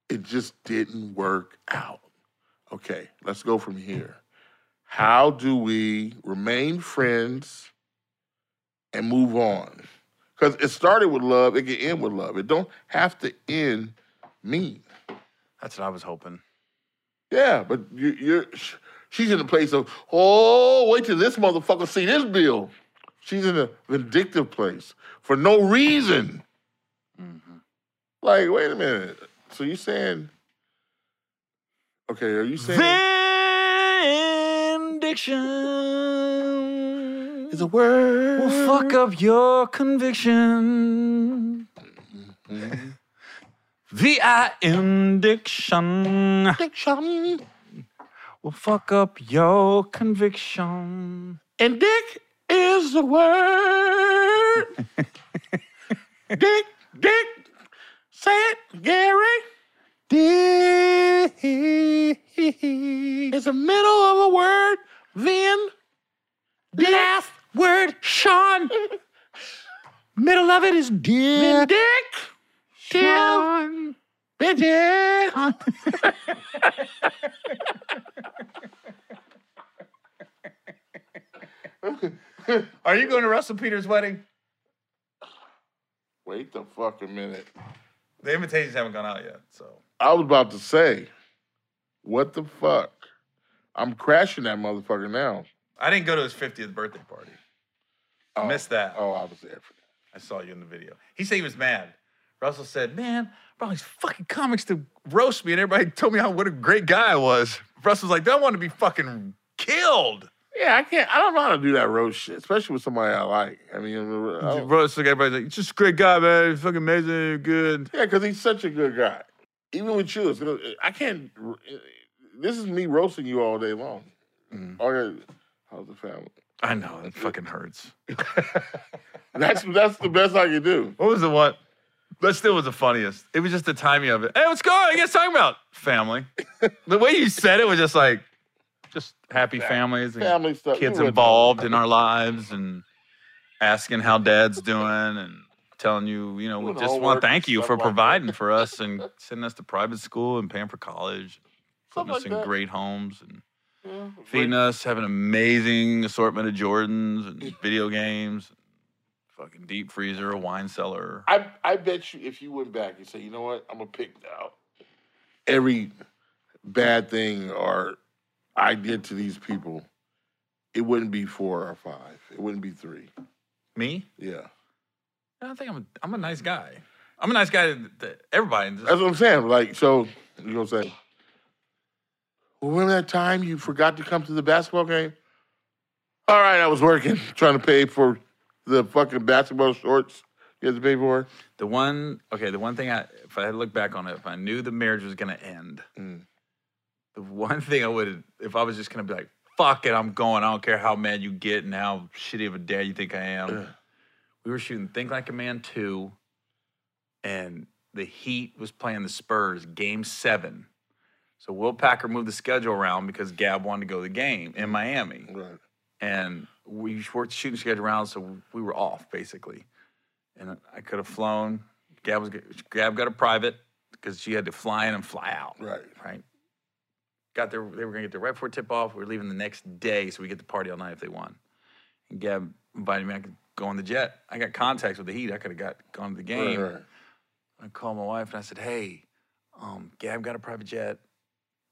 It just didn't work out. Okay, let's go from here. How do we remain friends and move on? Because it started with love, it can end with love. It don't have to end mean.
That's what I was hoping.
Yeah, but you, you're sh- she's in the place of oh wait till this motherfucker see this bill. She's in a vindictive place for no reason.
Mm-hmm.
Like wait a minute. So you saying? Okay, are you saying?
Vindiction
a word.
will fuck up your conviction. V-I-N-diction
Addiction.
will fuck up your conviction.
And dick is the word. dick, dick. Say it, Gary. Dick is the middle of a word. Then last word, Sean. middle of it is dick. Dick. Sean. Dick.
Are you going to Russell Peters' wedding?
Wait the fuck a minute.
The invitations haven't gone out yet, so.
I was about to say, what the fuck? I'm crashing that motherfucker now.
I didn't go to his 50th birthday party.
Oh,
Missed that.
Oh, I was there for that.
I saw you in the video. He said he was mad. Russell said, Man, brought all these fucking comics to roast me, and everybody told me how what a great guy I was. Russell's like, "Don't want to be fucking killed.
Yeah, I can't. I don't know how to do that road shit, especially with somebody I like. I mean, I don't-
Russell, everybody's like, You're just a great guy, man. You're fucking amazing. You're good.
yeah, because he's such a good guy. Even with you, it's gonna, I can't. This is me roasting you all day long.
Mm.
All right, how's the family?
I know, it fucking hurts.
That's that's the best I can do.
What was the one? That still was the funniest. It was just the timing of it. Hey, what's going on? You guys talking about family? the way you said it was just like, just happy families. and-
Family stuff.
kids
you know,
involved in our lives and asking how dad's doing and telling you, you know, we
Doing
just
homework
want
and
to thank you
stuff
for
like that.
providing for us and sending us to private school and paying for college, putting
Something
us
like
in
that.
great homes and
Yeah,
feeding
great.
us, having an amazing assortment of Jordans and video games, fucking deep freezer, a wine cellar.
I I bet you if you went back and say, you know what, I'm gonna pick out every bad thing or I did to these people, it wouldn't be four or five. It wouldn't be three.
Me?
Yeah,
I don't think I'm. A, I'm a nice guy. I'm a nice guy to, to everybody.
that's what I'm saying. Like so, you know what I'm saying. Well, remember that time you forgot to come to the basketball game? All right, I was working, trying to pay for the fucking basketball shorts you had to pay for.
The one, okay, the one thing I, if I had to look back on it, if I knew the marriage was gonna end,
Mm.
the one thing I would, if I was just gonna be like, fuck it, I'm going, I don't care how mad you get and how shitty of a dad you think I am.
Ugh.
We were shooting Think Like a Man 2, and the Heat was playing the Spurs game seven. So Will Packer moved the schedule around because Gab wanted to go to the game in Miami
Right.
and we weren't shooting schedule around, so we were off basically. And I could have flown. Gab was Gab got a private because she had to fly in and fly out.
Right.
Right. Got there. They were gonna get there right before tip off. We were leaving the next day, so we get to party all night if they won. And Gab invited me. I could go on the jet. I got contacts with the Heat. I could have got gone to the
Right,
game.
right.
I called my wife and I said, "Hey, um, Gab got a private jet.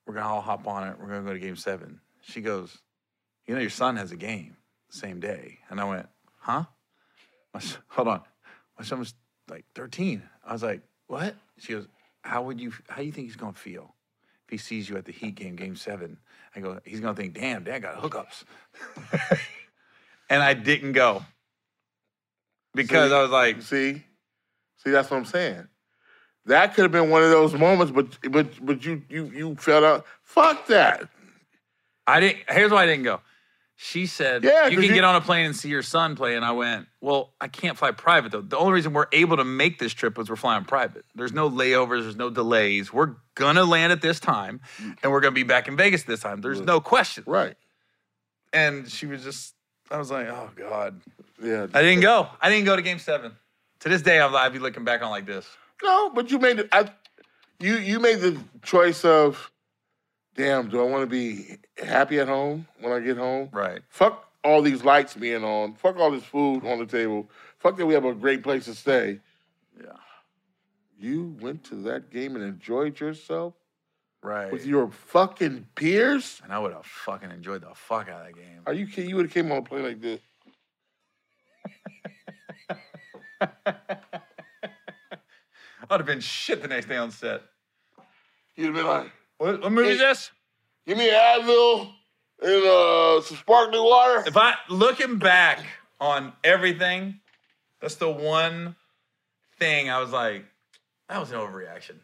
We're gonna all hop on it. We're gonna go to Game seven. She goes, "You know your son has a game the same day." And I went, "Huh? My s hold on, my son was like 13." I was like, "What?" She goes, "How would you? How do you think he's gonna feel if he sees you at the Heat game, Game seven? I go, "He's gonna think, damn, Dad got hookups." and I didn't go because
See?
I was like,
See, see, that's what I'm saying. That could have been one of those moments, but but but you you you felt out. Fuck that.
I didn't. Here's why I didn't go. She said,
Yeah,
you can
'cause you-
get on a plane and see your son play." And I went, "Well, I can't fly private though. The only reason we're able to make this trip was we're flying private. There's no layovers. There's no delays. We're gonna land at this time, and we're gonna be back in Vegas this time. There's no question."
Right.
And she was just, I was like, "Oh God,
Yeah.
I didn't go. I didn't go to Game Seven. To this day, I'm, I'd be looking back on like this.
No, but you made it. I, you you made the choice of, damn. Do I want to be happy at home when I get home?
Right.
Fuck all these lights being on. Fuck all this food on the table. Fuck that we have a great place to stay.
Yeah.
You went to that game and enjoyed yourself
Right.
with your fucking peers.
and I would have fucking enjoyed the fuck out of that game.
Are you kidding? You would have came on a plane like this.
I'd have been shit the next day on set.
You'd have been like,
What, what movie is this?
give me Advil and uh, some sparkling water.
If I looking back on everything, that's the one thing I was like, that was an overreaction.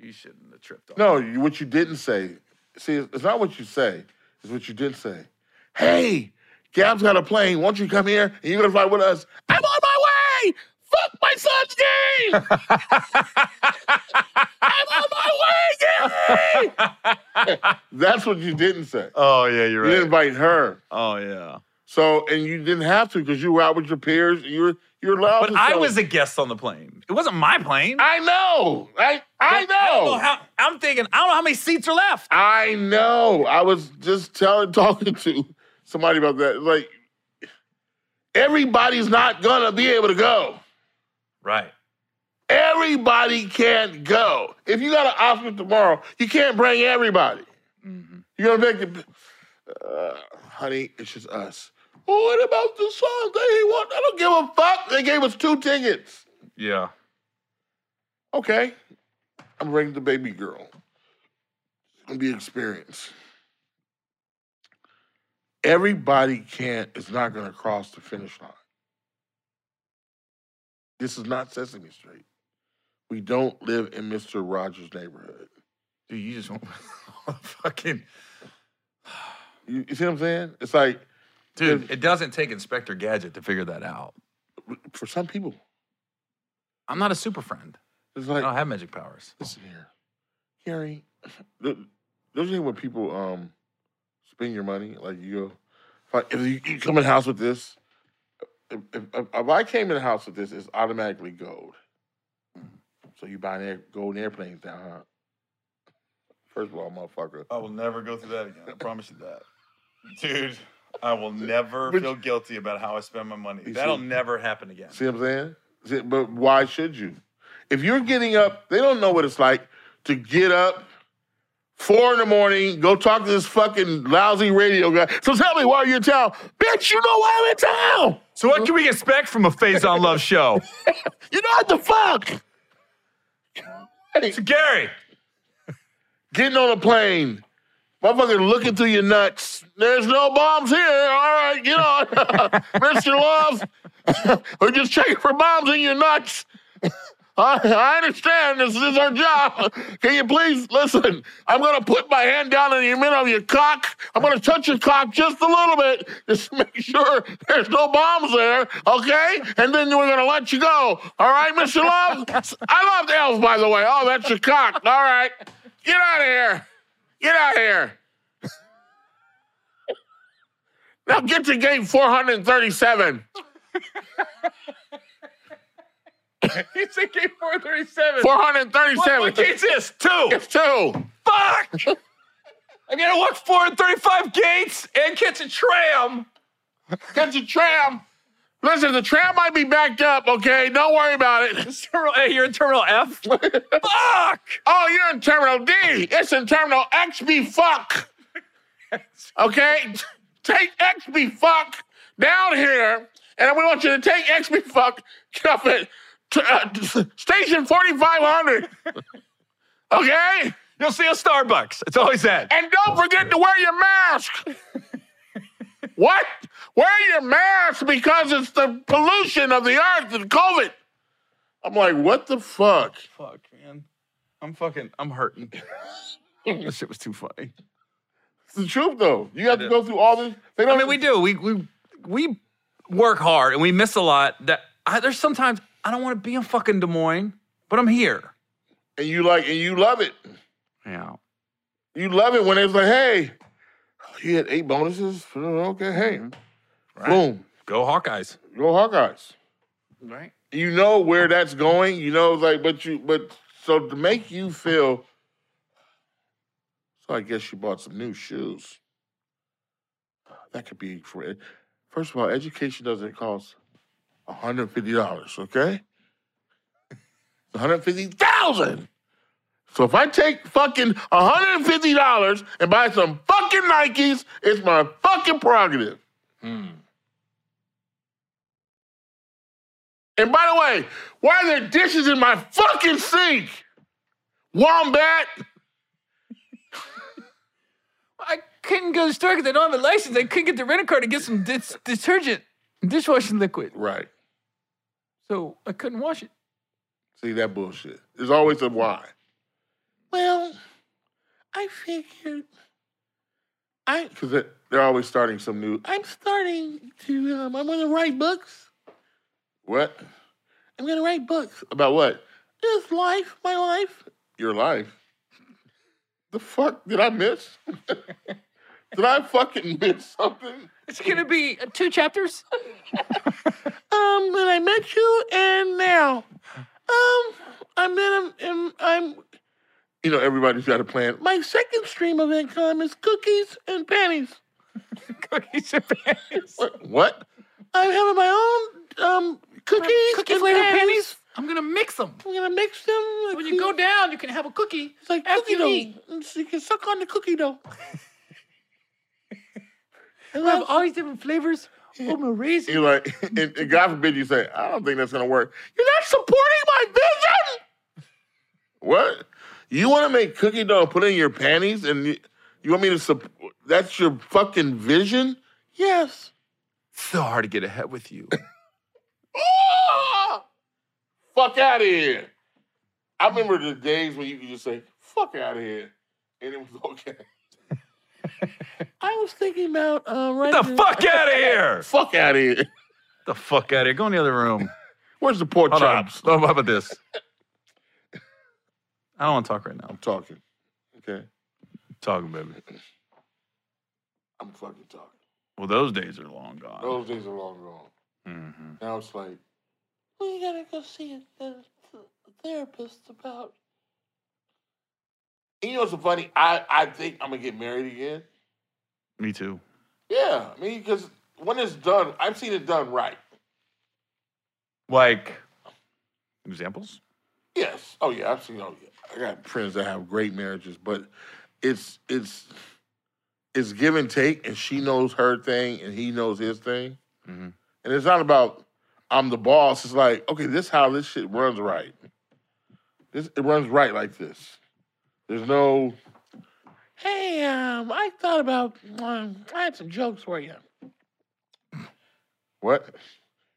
She shouldn't have tripped on.
no, you, what you didn't say. See, it's not what you say. It's what you did say. Hey, Gab's got a plane. Won't you come here? And you're going to fly with us. I'm on my way. Fuck my son's game. I'm on my way, Gabby. That's what you didn't say.
oh yeah, you're
You didn't invite her.
Oh yeah.
So, and you didn't have to because you were out with your peers. You were, you were allowed
But
to
I
celebrate.
was a guest on the plane. It wasn't my plane.
I know. I I
don't know
know.
how, I'm thinking. I don't know how many seats are left.
I know. I was just telling talking to somebody about that. Like everybody's not gonna be able to go.
Right.
Everybody can't go. If you got an Oscar tomorrow, you can't bring everybody.
Mm-hmm.
You're gonna make it. Uh, honey, it's just us. Well, what about the song they want? I don't give a fuck. They gave us two tickets.
Yeah.
Okay, I'm bringing the baby girl. It's gonna be an experience. Everybody can't is not gonna cross the finish line. This is not Sesame Street. We don't live in Mr. Rogers' neighborhood.
Dude, you just want fucking.
You, you see what I'm saying? It's like
Dude, it doesn't take Inspector Gadget to figure that out.
for some people,
I'm not a super friend.
it's
I
like
don't have magic powers.
Listen here, Gary. Don't don't you hate when people um spend your money? Like you go, if, I, if you, you come in the house with this, if, if, if I came in the house with this, it's automatically gold. So you buying air, gold airplanes now, huh? First of all, motherfucker.
Oh,
I will never go through that again. I promise you that. Dude, I will never
But-
feel guilty about how I spend my money.
You
That'll
see-
never happen again.
See what I'm saying? See, But why should you? If you're getting up, they don't know what it's like to get up four in the morning, go talk to this fucking lousy radio guy. So tell me why you're in town. Bitch, you know why I'm in town.
So what can we expect from a Phase on Love show?
You know what the fuck?
So Gary,
Getting on a plane. Motherfucker looking through your nuts. There's no bombs here. All right, get on. Mr. Love, we're just checking for bombs in your nuts. I, I understand this is our job. Can you please listen? I'm gonna put my hand down in the middle of your cock. I'm gonna touch your cock just a little bit, just to make sure there's no bombs there, okay? And then we're gonna let you go. All right, Mr. Love? I love elves, by the way. Oh, that's your cock. All right, get out of here. Get out of here. now get to gate 437.
you said game 437.
437.
What gate's this? Two.
It's two.
Fuck! I gotta walk 435 gates and catch a tram.
Catch a tram. Listen, the tram might be backed up, okay? Don't worry about it.
It's terminal A, you're in terminal F. Fuck!
Oh, you're in Terminal D. It's in Terminal XB fuck. Okay? Take XB fuck down here, and we want you to take XB fuck get off at t- uh, t- Station 4500. Okay?
You'll see a Starbucks. It's always that.
And don't forget to wear your mask. what? Wear your mask because it's the pollution of the earth and COVID. I'm like, what the fuck?
Fuck, man. I'm fucking, I'm hurting. that shit was too funny.
It's the truth, though. You have to go through all this. They don't
I mean, we do. We we we work hard and we miss a lot. That I, there's sometimes I don't want to be in fucking Des Moines, but I'm here.
And you like, and you love it.
Yeah.
You love it when it's like, hey, you had eight bonuses. Okay, hey, boom,
Go Hawkeyes.
go Hawkeyes.
Right.
you know where that's going. You know, it's like, but you, but so to make you feel. So I guess you bought some new shoes. That could be for. ed- First of all, education doesn't cost one hundred fifty dollars. Okay, one hundred fifty thousand. So if I take fucking one hundred and fifty dollars and buy some fucking Nikes, it's my fucking prerogative.
Hmm.
And by the way, why are there dishes in my fucking sink? Wombat!
I couldn't go to the store because I don't have a license. I couldn't get the rental car to get some dis- detergent, and dishwashing liquid,
Right.
so I couldn't wash it.
See that bullshit. There's always a why. Well, I figured I because they're always starting some new. I'm starting to. Um, I'm going to write books. What? I'm going to write books about what? This life, my life, your life. The fuck did I miss? did I fucking miss something?
It's gonna be uh, two chapters.
Um, when I met you and now. Um, I'm then I'm, I'm, I'm you know, everybody's got a plan. My second stream of income is cookies and panties.
Cookies and panties.
What? what? I'm having my own um cookies
Cookie
and
flavored
panties.
panties. I'm gonna mix them.
I'm gonna mix them.
When you go down, you can have a cookie.
it's like
after
cookie
you
dough.
eat.
It's- You can suck on the cookie dough. And
I have
that's-
all these different flavors. Oh, my raisin.
You're like, and, and God forbid you say, I don't think that's gonna work. You're not supporting my vision. What? You want to make cookie dough, and put it in your panties, and you, you want me to support? That's your fucking vision? Yes.
So hard to get ahead with you.
Ah! Fuck out of here. I remember the days when you could just say, fuck out of here. And it was okay. I was thinking about uh, right
Get the fuck out of here!
Fuck out of here.
the fuck out of here. Go in the other room.
Where's the pork
Hold on.
chops?
Oh, How about this? I don't want to talk right now.
I'm talking. Okay.
talking, baby.
I'm fucking talking.
Well, those days are long gone.
Those days are long gone.
Mm-hmm.
Now it's like, we gotta go see a, th- th- therapist about. And you know what's so funny? I, I think I'm gonna get married again.
Me too.
Yeah, I mean, because when it's done, I've seen it done right.
Like,
Examples?
Yes. Oh yeah, I've seen. Oh yeah, I got friends that have great marriages, but it's it's it's give and take, and she knows her thing, and he knows his thing,
Mhm.
and it's not about I'm the boss. It's like okay, this how this shit runs right. This it runs right like this. There's no. Hey, um, I thought about. Um, I had some jokes for you. What?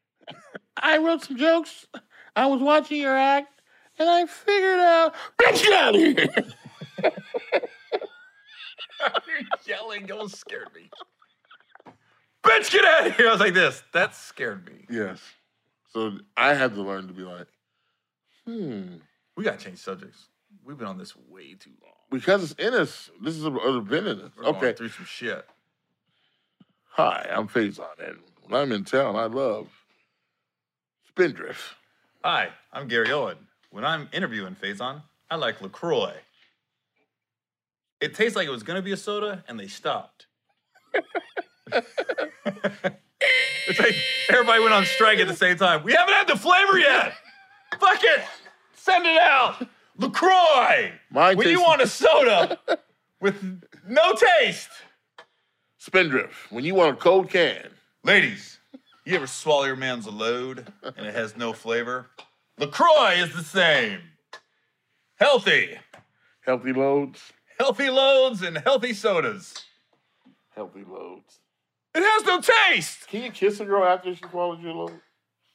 I wrote some jokes. I was watching your act, and I figured out. Bitch, get out of here!
Yelling, don't scared me. Bitch, get out of here. I was like this. That scared me.
Yes. So I had to learn to be like, hmm,
We gotta change subjects. We've been on this way too long.
because it's in us. This is a a been in us.
We're going
Okay.
through some shit.
Hi, I'm Faison, and when I'm in town, I love Spindrift.
Hi, I'm Gary Owen. When I'm interviewing Faison, I like LaCroix. It tastes like it was gonna be a soda and they stopped. it's like everybody went on strike at the same time. We haven't had the flavor yet. Fuck it. Send it out. LaCroix.
Mine
When you
tastes-
want a soda with no taste.
Spindrift. When you want a cold can,
Ladies, you ever swallow your man's load and it has no flavor? LaCroix is the same. Healthy.
healthy loads.
Healthy loads and healthy sodas.
Healthy loads.
It has no taste.
Can you kiss a girl after she swallows your load?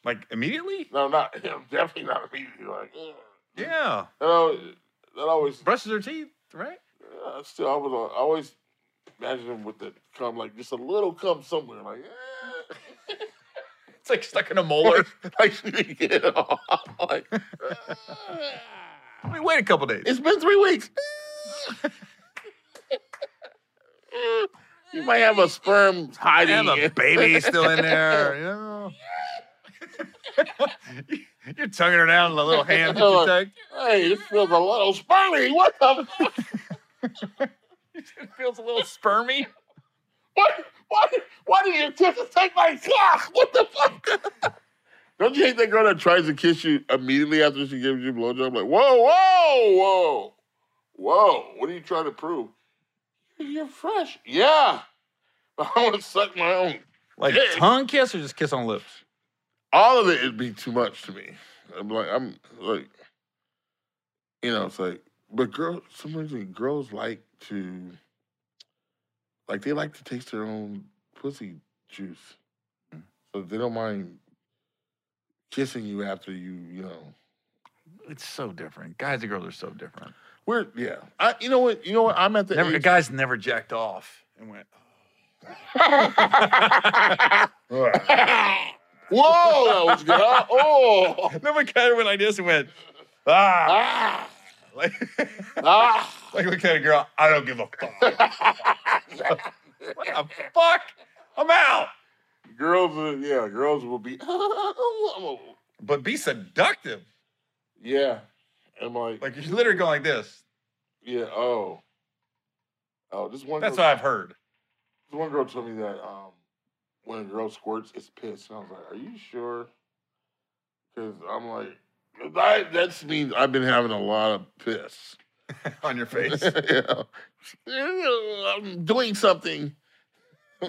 Like immediately?
No, not him. Definitely not immediately. Like, ugh.
Yeah.
that always, that always
Brushes her teeth, right?
Uh, still, I was uh, I always imagine him with the cum, like just a little cum somewhere, like eh.
It's like stuck in a molar.
like she didn't get it off. Like,
I
ah.
mean, wait a couple days.
it's been three weeks. you might have a sperm
I
hiding.
have a
in-
baby still in there. You know. You're tonguing her down in the little hand that you take.
Hey, this feels a little spermy. What the? Fuck?
It feels a little spermy.
What? Why? Why did your kisses take my cock? What the fuck? Don't you hate that girl that tries to kiss you immediately after she gives you a blowjob? Like, whoa, whoa, whoa, whoa! What are you trying to prove? You're fresh. Yeah, I want to suck my own.
Like
Yeah.
tongue kiss or just kiss on lips?
All of it would be too much to me. I'm like, I'm like, you know, it's like, but girls, some reason girls like to, like, they like to taste their own pussy juice, so they don't mind kissing you after you, you know.
It's so different. Guys and girls are so different.
We're yeah. I you know what you know what I'm at the
Never,
age-
guys never jacked off and went.
Whoa, that was good. huh? Oh,
Remember, kind of went like this and went, ah,
ah,
like,
ah.
like look at a girl. I don't give a fuck. what the fuck? I'm out.
Girls, are, yeah, girls will be. yeah,
But be seductive.
I'm like,
Like you're literally going like this.
yeah, oh, oh. This one.
That's what
girl,
I've heard.
This one girl told me that um, when a girl squirts, it's piss, and I was like, are you sure? Because I'm like, 'cause I, that means I've been having a lot of piss.
On your face.
yeah. I'm doing something.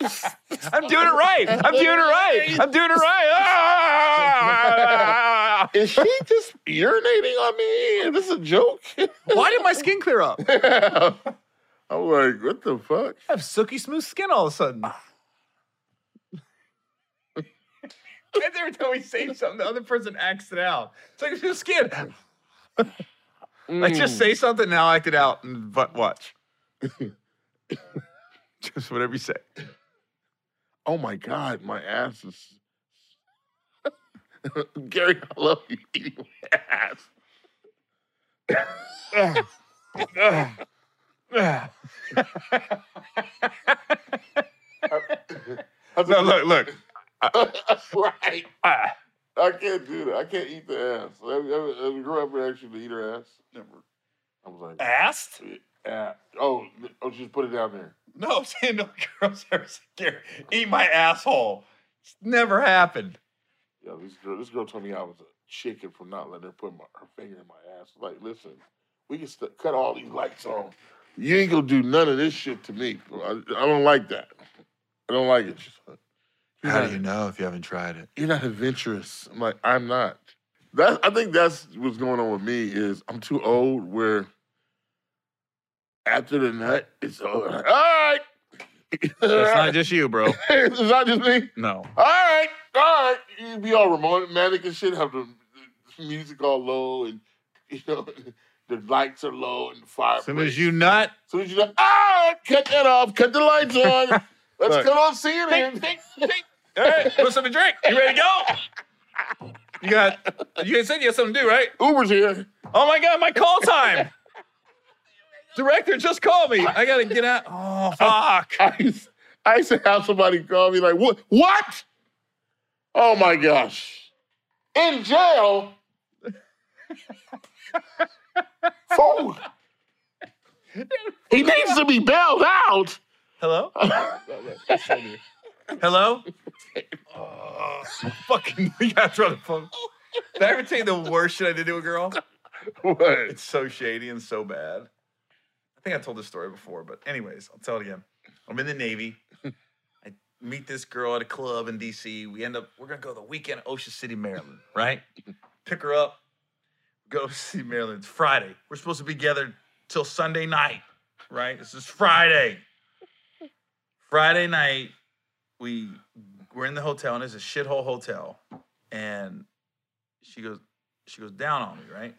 I'm doing it right. I'm doing it right. I'm doing it right. Ah!
Is she just urinating on me? Is this a joke?
Why did my skin clear up? I
I'm like, what the fuck?
have silky smooth skin all of a sudden. That's every time we say something, the other person acts it out. It's like smooth skin. Like
Hmm.
just
Mm.
say something and I'll act it out and but watch. just whatever you say.
oh my god, my ass is. Gary, I love you. eating my ass.
no, look, look.
right.
Uh,
Ah.
I can't do that. I can't eat the ass. I, I, I grew up and actually to eat her ass. Never. I was like,
Asked?
ah. oh, th- oh, just put it down there.
No, I'm saying no girls ever said, "Gary, Eat my asshole. It's never happened.
Yo, this girl, this girl told me I was a chicken for not letting her put my, her finger in my ass. Like, listen, we can st- cut all these lights on. You ain't gonna do none of this shit to me. I, I don't like that. I don't like it. She's like, "You're
How
not-
do you know if you haven't tried it?
You're not adventurous. I'm like, I'm not. That I think that's what's going on with me is I'm too old. Where after the nut, it's over. All right. It's
It's not just you, bro.
it's not just me.
No.
All right, all right. You be all romantic and shit. Have the the music all low and you know the lights are low and the fire.
As soon as you nut,
as soon as you, all right, cut that off. Cut the lights on. Let's
Look.
cut on CNN.
All right, what's something to drink? You ready to go? You got, you said you had something to do, right?
Uber's here.
Oh my God, my call time. Director just called me. I gotta get out. Oh, fuck.
I used, I used to have somebody call me like, "What? What? Oh my gosh! In jail for he needs to be bailed out."
Hello? Hello? Oh, fucking, you gotta throw the phone. Did I ever tell you the worst shit I did to a girl?
what?
It's so shady and so bad. I think I told this story before, but anyways, I'll tell it again. I'm in the Navy. I meet this girl at a club in DC. We end up, we're gonna go the weekend at Ocean City, Maryland, right? Pick her up, go to see Maryland. It's Friday. We're supposed to be together till Sunday night, right? This is Friday. Friday night, we we're in the hotel, and it's a shithole hotel. And she goes, she goes down on me, right?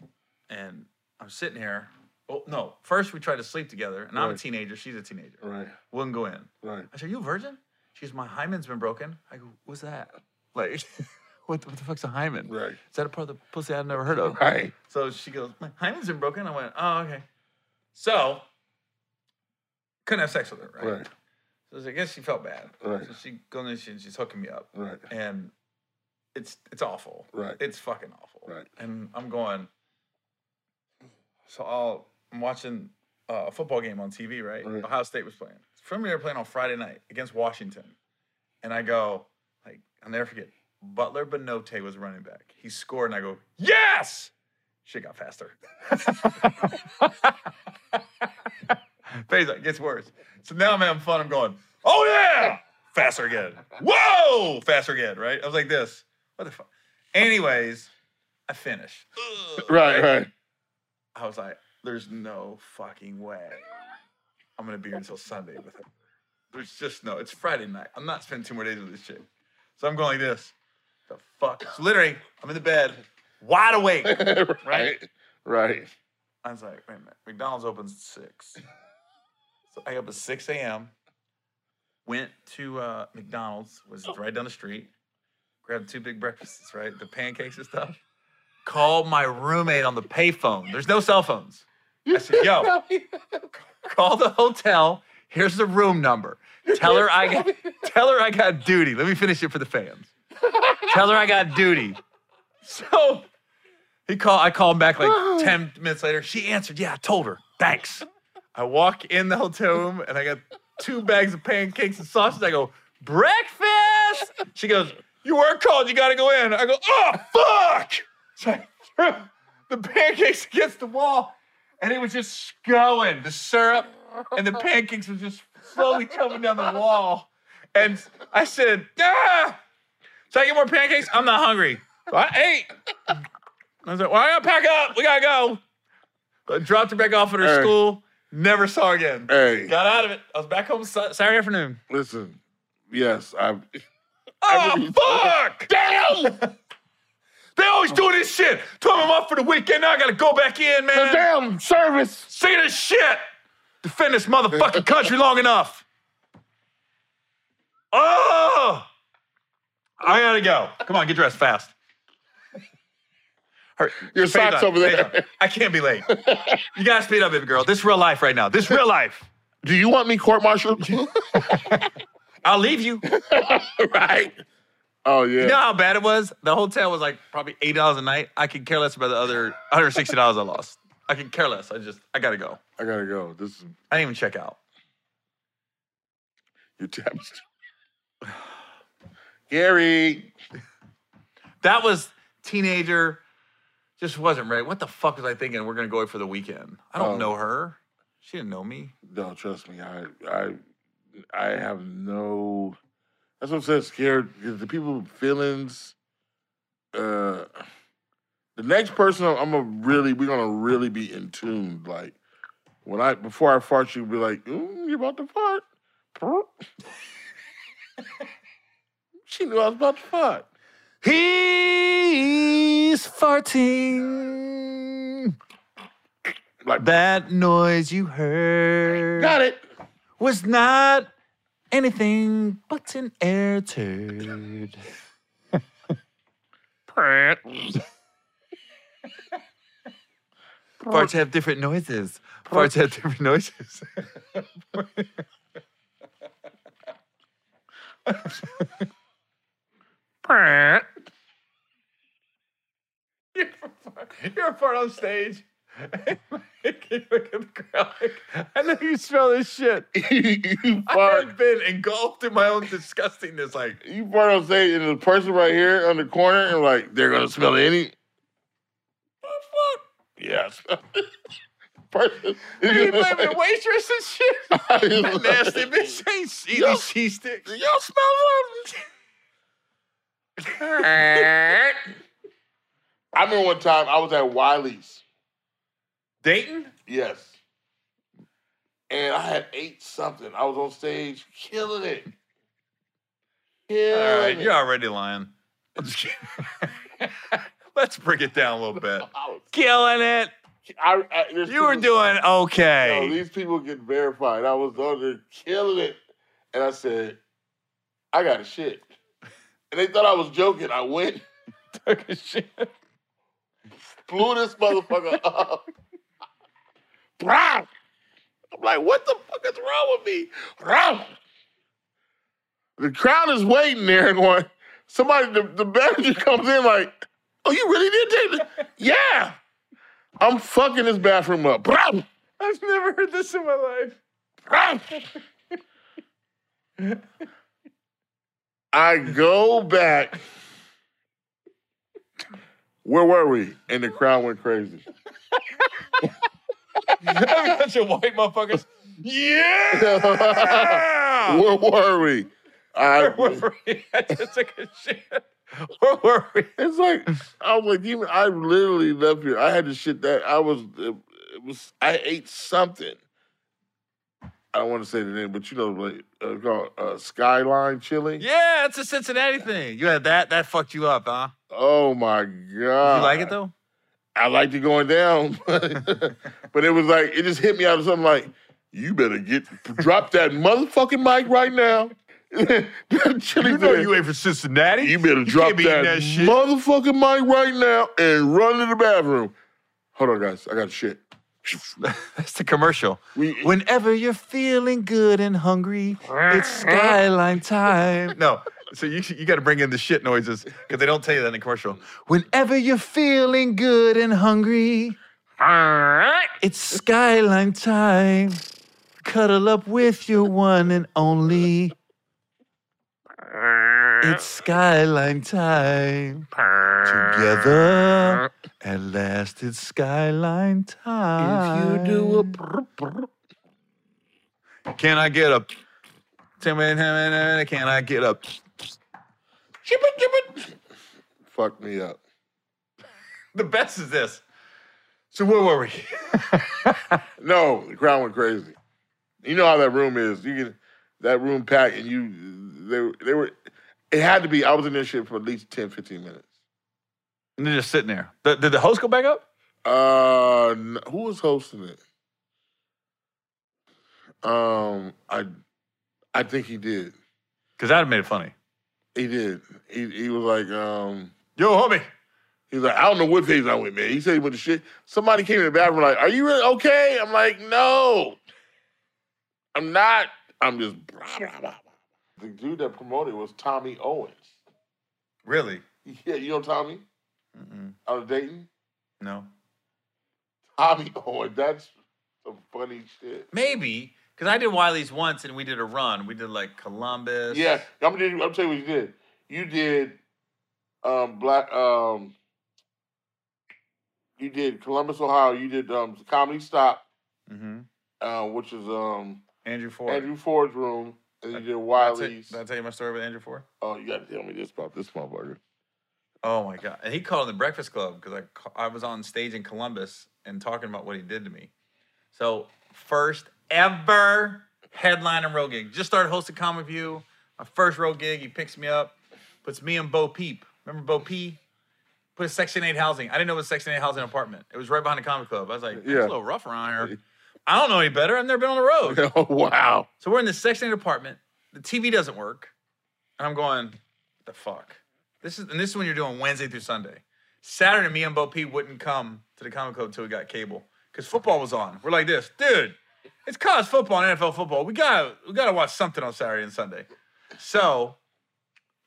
And I'm sitting here. Oh no! First we tried to sleep together, and I'm a
Right.
teenager. She's a teenager.
Right,
Wouldn't go in.
right.
I said, "You a virgin?" She goes, "My hymen's been broken." I go, "What's that?" Like,
what the, what the fuck's a hymen? Is
Right.
that a part of the pussy I've never heard of?
Right.
so she goes, "My hymen's been broken." I went, "Oh okay." So couldn't have sex with her, right?
Right.
So I guess she felt bad.
Right.
So she goes and she, she's hooking me up,
Right.
and it's it's awful.
Right.
It's fucking awful.
Right.
And I'm going. So I'll, I'm watching uh, a football game on TV. Right?
Right.
Ohio State was playing. From they were playing on Friday night against Washington, and I go like I'll never forget. Butler Benote was running back. He scored, and I go yes. Shit got faster. Phase it gets worse. So now I'm having fun. I'm going, oh yeah, faster again. Whoa, faster again. Right? I was like this. What the fuck? Anyways, I finished.
Right. Right.
I was like, there's no fucking way I'm gonna be here until Sunday with her. There's just no, it's Friday night. I'm not spending two more days with this chick. So I'm going like this. The fuck? So literally, I'm in the bed, wide awake.
right. Right.
I was like, wait a minute, McDonald's opens at six. So I got up at 6 a.m., went to uh, McDonald's, was right down the street, grabbed two big breakfasts, right? The pancakes and stuff. Called my roommate on the payphone. There's no cell phones. I said, yo, call the hotel. Here's the room number. Tell her I got, tell her I got duty. Let me finish it for the fans. Tell her I got duty. So he called. I called him back like ten minutes later. She answered. Yeah, I told her. Thanks. I walk in the hotel room and I got two bags of pancakes and sausage. I go breakfast. She goes. You were called. You got to go in. I go. Oh fuck. So I threw the pancakes against the wall, and it was just going. The syrup and the pancakes were just slowly coming down the wall. And I said, ah! Should I get more pancakes? I'm not hungry. So I ate. I was like, well, I gotta pack up. We gotta go. I dropped her back off at her
Hey.
school. Never saw her again.
Hey,
Got out of it. I was back home Sa- Saturday afternoon.
listen. Yes, I.
Oh,
remember
fuck! Damn! they always do this shit. Told them I'm off for the weekend. Now I gotta go back in, man.
Damn service.
Sick of this shit. Defend this motherfucking country long enough. Oh, I gotta go. Come on, get dressed fast. Hurry.
Your
Phase
socks
on,
over
phase
there.
on. I can't be late. You gotta speed up, baby girl. This real life right now. This real life.
Do you want me court martialed?
I'll leave you.
right. Oh
You know
yeah.
how bad it was? The hotel was like probably eight dollars a night. I could care less about the other one hundred sixty dollars I lost. I could care less. I just I gotta go.
I gotta go. This is
I didn't even check out.
your tabs. Gary.
That was teenager. Just wasn't right. What the fuck was I thinking? We're gonna go away for the weekend. I don't
Oh.
know her. She didn't know me.
No, trust me. I I I have no. That's what I'm saying. Scared 'cause the people feelings. Uh, the next person I'm gonna really we're gonna really be in tune. Like when I before I fart, you'll be like, Ooh, "You're about to fart." she knew I was about to fart.
He's farting.
Like
That noise you heard.
got it.
was not anything but an air turd.
Oh.
Farts have different noises. Farts have different noises. You're a fart on stage. you look at the crowd like, I know you smell this shit.
you
I
fart.
have been engulfed in my own disgustingness. Like,
You fart on stage, and the person right here on the corner, and like they're gonna smell any. Yes. person.
are you blaming the waitress and shit? That nasty bitch ain't eating
Yo.
cheese sticks.
Y'all smell something. I remember one time I was at Wiley's.
Dayton?
Yes. And I had ate something. I was on stage killing it.
All
Killing
right,
it.
you're already lying. I'm just kidding. Let's break it down a little bit.
I was-
Killing it.
I, I- there's
You were
people-
doing
No,
okay.
these people get verified. I was on there killing it. And I said, I got a shit. And they thought I was joking. I went,
Took a shit.
blew this motherfucker up. Brow! I'm like, what the fuck is wrong with me? Brow! The crowd is waiting there and going, somebody, the, the manager comes in like, oh, you really did take this? yeah! I'm fucking this bathroom up. Brow!
I've never heard this in my life.
I go back. Where were we? And the crowd went crazy.
I'm such a white motherfuckers.
Where
Yeah!
were we? I,
Where were we? I just took a shit. Where were we?
it's like I was like, even I literally left here. I had to shit that I was. It, it was I ate something. I don't want to say the name, but you know, like uh, called uh, Skyline Chili.
Yeah, it's a Cincinnati thing. You had that. That fucked you up, huh?
Oh my god!
you like it though?
I liked it going down, but it was like it just hit me out of something like, you better get drop that motherfucking mic right now. That chili said,
ain't from Cincinnati.
"You better drop
can't be eating
that,
that shit."
motherfucking mic right now and run to the bathroom. Hold on, guys, I got shit.
That's the commercial.
We
Whenever you're feeling good and hungry, it's skyline time. No, so you you got to bring in the shit noises because they don't tell you that in the commercial. Whenever you're feeling good and hungry, it's skyline time. Cuddle up with your one and only. It's skyline time. Together at last, it's skyline time.
if you do a brr, brr,
Can I get a? Can I get a?
chip it, chip it. fuck me up.
The best is this. So where were we?
No, the crowd went crazy. You know how that room is. You get that room packed, and you they they were. It had to be. I was in this shit for at least 10, 15 minutes.
And they're just sitting there. Th- did the host go back up?
Uh, n- who was hosting it? Um, I, I think he did.
Because that'd have made it funny.
He did. He he was like, um,
Yo, homie.
he was like, I don't know what phase I went, man. He said he went to shit. Somebody came in the bathroom like, Are you really okay? I'm like, No, I'm not. I'm just. Blah, blah, blah. blah." The dude that promoted was Tommy Owens.
Really?
Yeah, you know Tommy
Mm-mm.
out of Dayton.
No.
Tommy Owen. That's some funny shit.
Maybe because I did Wiley's once, and we did a run. We did like Columbus.
Yeah, I'm, gonna- I'm telling you what you did. You did um black um you did Columbus, Ohio. You did um Comedy Stop,
Mm-hmm.
uh, which is um
Andrew Ford.
Andrew Ford's room, and you did
Did I tell-
Wiley's.
Did I tell you my story about Andrew Ford?
Oh, you gotta tell me this about this motherfucker.
Oh my god! And he called in the Breakfast Club because I ca- I was on stage in Columbus and talking about what he did to me. So first ever headline and road gig. Just started hosting Comic View. My first road gig. He picks me up, puts me and Bo Peep. Remember Bo Peep? Put a Section Eight housing. I didn't know it was Section Eight housing apartment. It was right behind the Comic Club. I was like, it's a
Yeah.
little rough around here. I don't know any better. I've never been on the road.
oh wow.
So we're in this Section 8 apartment. The TV doesn't work. And I'm going, the fuck? This is and this is when you're doing Wednesday through Sunday. Saturday, me and Bo P wouldn't come to the comic club until we got cable. Because football was on. We're like this, dude, it's college football and NFL football. We gotta we gotta watch something on Saturday and Sunday. So,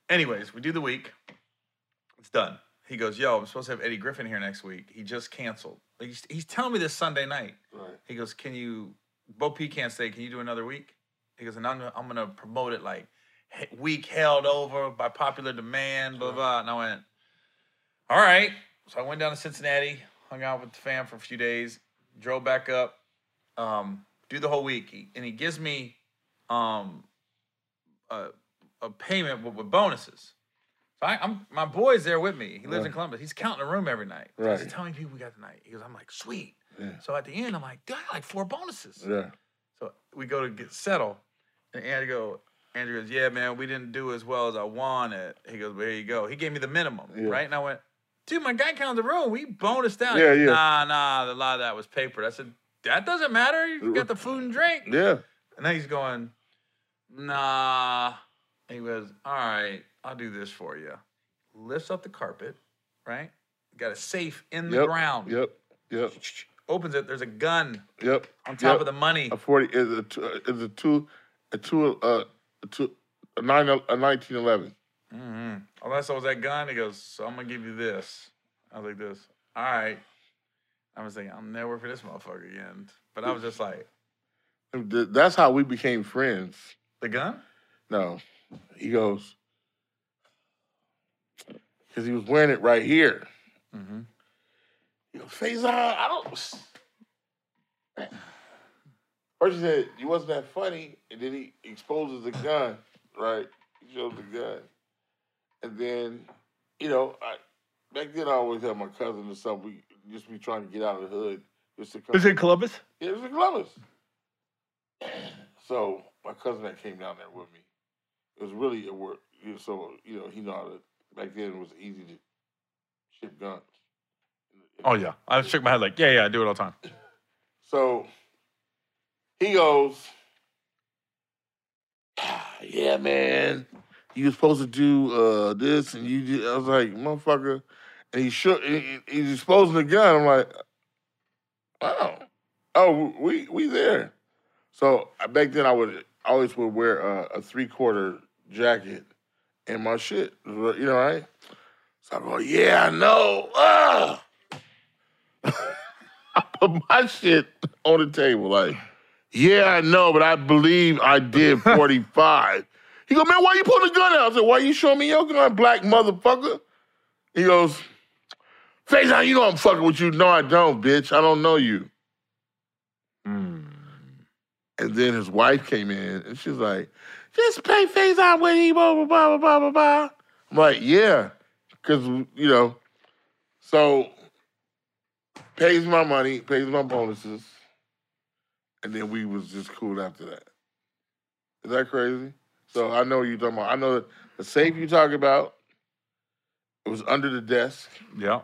anyways, we do the week. It's done. He goes, yo, I'm supposed to have Eddie Griffin here next week. He just canceled. Like, he's, he's telling me this Sunday night.
Right.
He goes, "Can you?" Bo P can't say. Can you do another week? He goes, and I'm gonna, I'm gonna promote it like he- week held over by popular demand, blah blah. And I went, all right. So I went down to Cincinnati, hung out with the fam for a few days, drove back up, um, do the whole week, He- and he gives me um, a, a payment with, with bonuses. So I, I'm my boy's there with me. He lives in
Right.
Columbus. He's counting the room every night. So He's
Right.
telling people we got tonight. He goes, I'm like, sweet.
Yeah.
So at the end, I'm like, dude, I got like four bonuses.
Yeah.
So we go to get settle, and Andrew go, Andrew goes, yeah, man, we didn't do as well as I wanted. He goes, well, here you go. He gave me the minimum,
Yeah.
right? And I went, dude, my guy counted the room. We bonused down. He
Yeah,
goes,
yeah.
Nah, nah, a lot of that was paper. I said, that doesn't matter. You got the food and drink.
Yeah.
And then he's going, nah. And he goes, all right, I'll do this for you. Lifts up the carpet, right? Got a safe in the
Yep,
ground.
Yep. Yep.
Opens it. There's a gun
Yep.
on top
Yep.
of the money.
a forty is a two uh, is a two a two uh a two a nine a nineteen eleven.
hmm Unless I was that gun, he goes, so I'm gonna give you this. I was like this. All right. I was thinking, I'll never work for this motherfucker again. But I was just like,
Th- That's how we became friends.
the gun?
No, he goes because he was wearing it right here.
Mm-hmm.
He goes, Faison, I don't. First he said you wasn't that funny, and then he exposes the gun. Right, he shows the gun, and then you know I back then I always had my cousin or something. We just be trying to get out of the hood just to come.
Columbus?
Yeah, it was in Columbus. so my cousin that came down there with me, it was really a work. You know, so you know he know how to. Back then it was easy to ship guns.
Oh yeah. I shook my head like, yeah, yeah, I do it all the time.
So he goes, "Ah, "Yeah, man, you were supposed to do uh, this, and you." Did. I was like, "Motherfucker," and he shook. He, he- he's exposing the gun. I'm like, "Wow, oh, we we there." So I- back then, I would I always would wear a, a three quarter jacket and my shit. You know, right? So I go, "Yeah, I know." Ah! put my shit on the table. Like, yeah, I know, but I believe I did 45. he go, man, why you pulling the gun out? I said, why you showing me your gun, black motherfucker? He goes, Face out, you know I'm fucking with you. No, I don't, bitch. I don't know you.
Mm.
And then his wife came in and she's like, just pay Face out with him, blah, blah, blah, blah, blah, blah. I'm like, yeah. Cause you know, so pays my money, pays my bonuses, and then we was just cool after that. Is that crazy? So I know what you're talking about. I know that the safe you talk about. It was under the desk.
Yeah.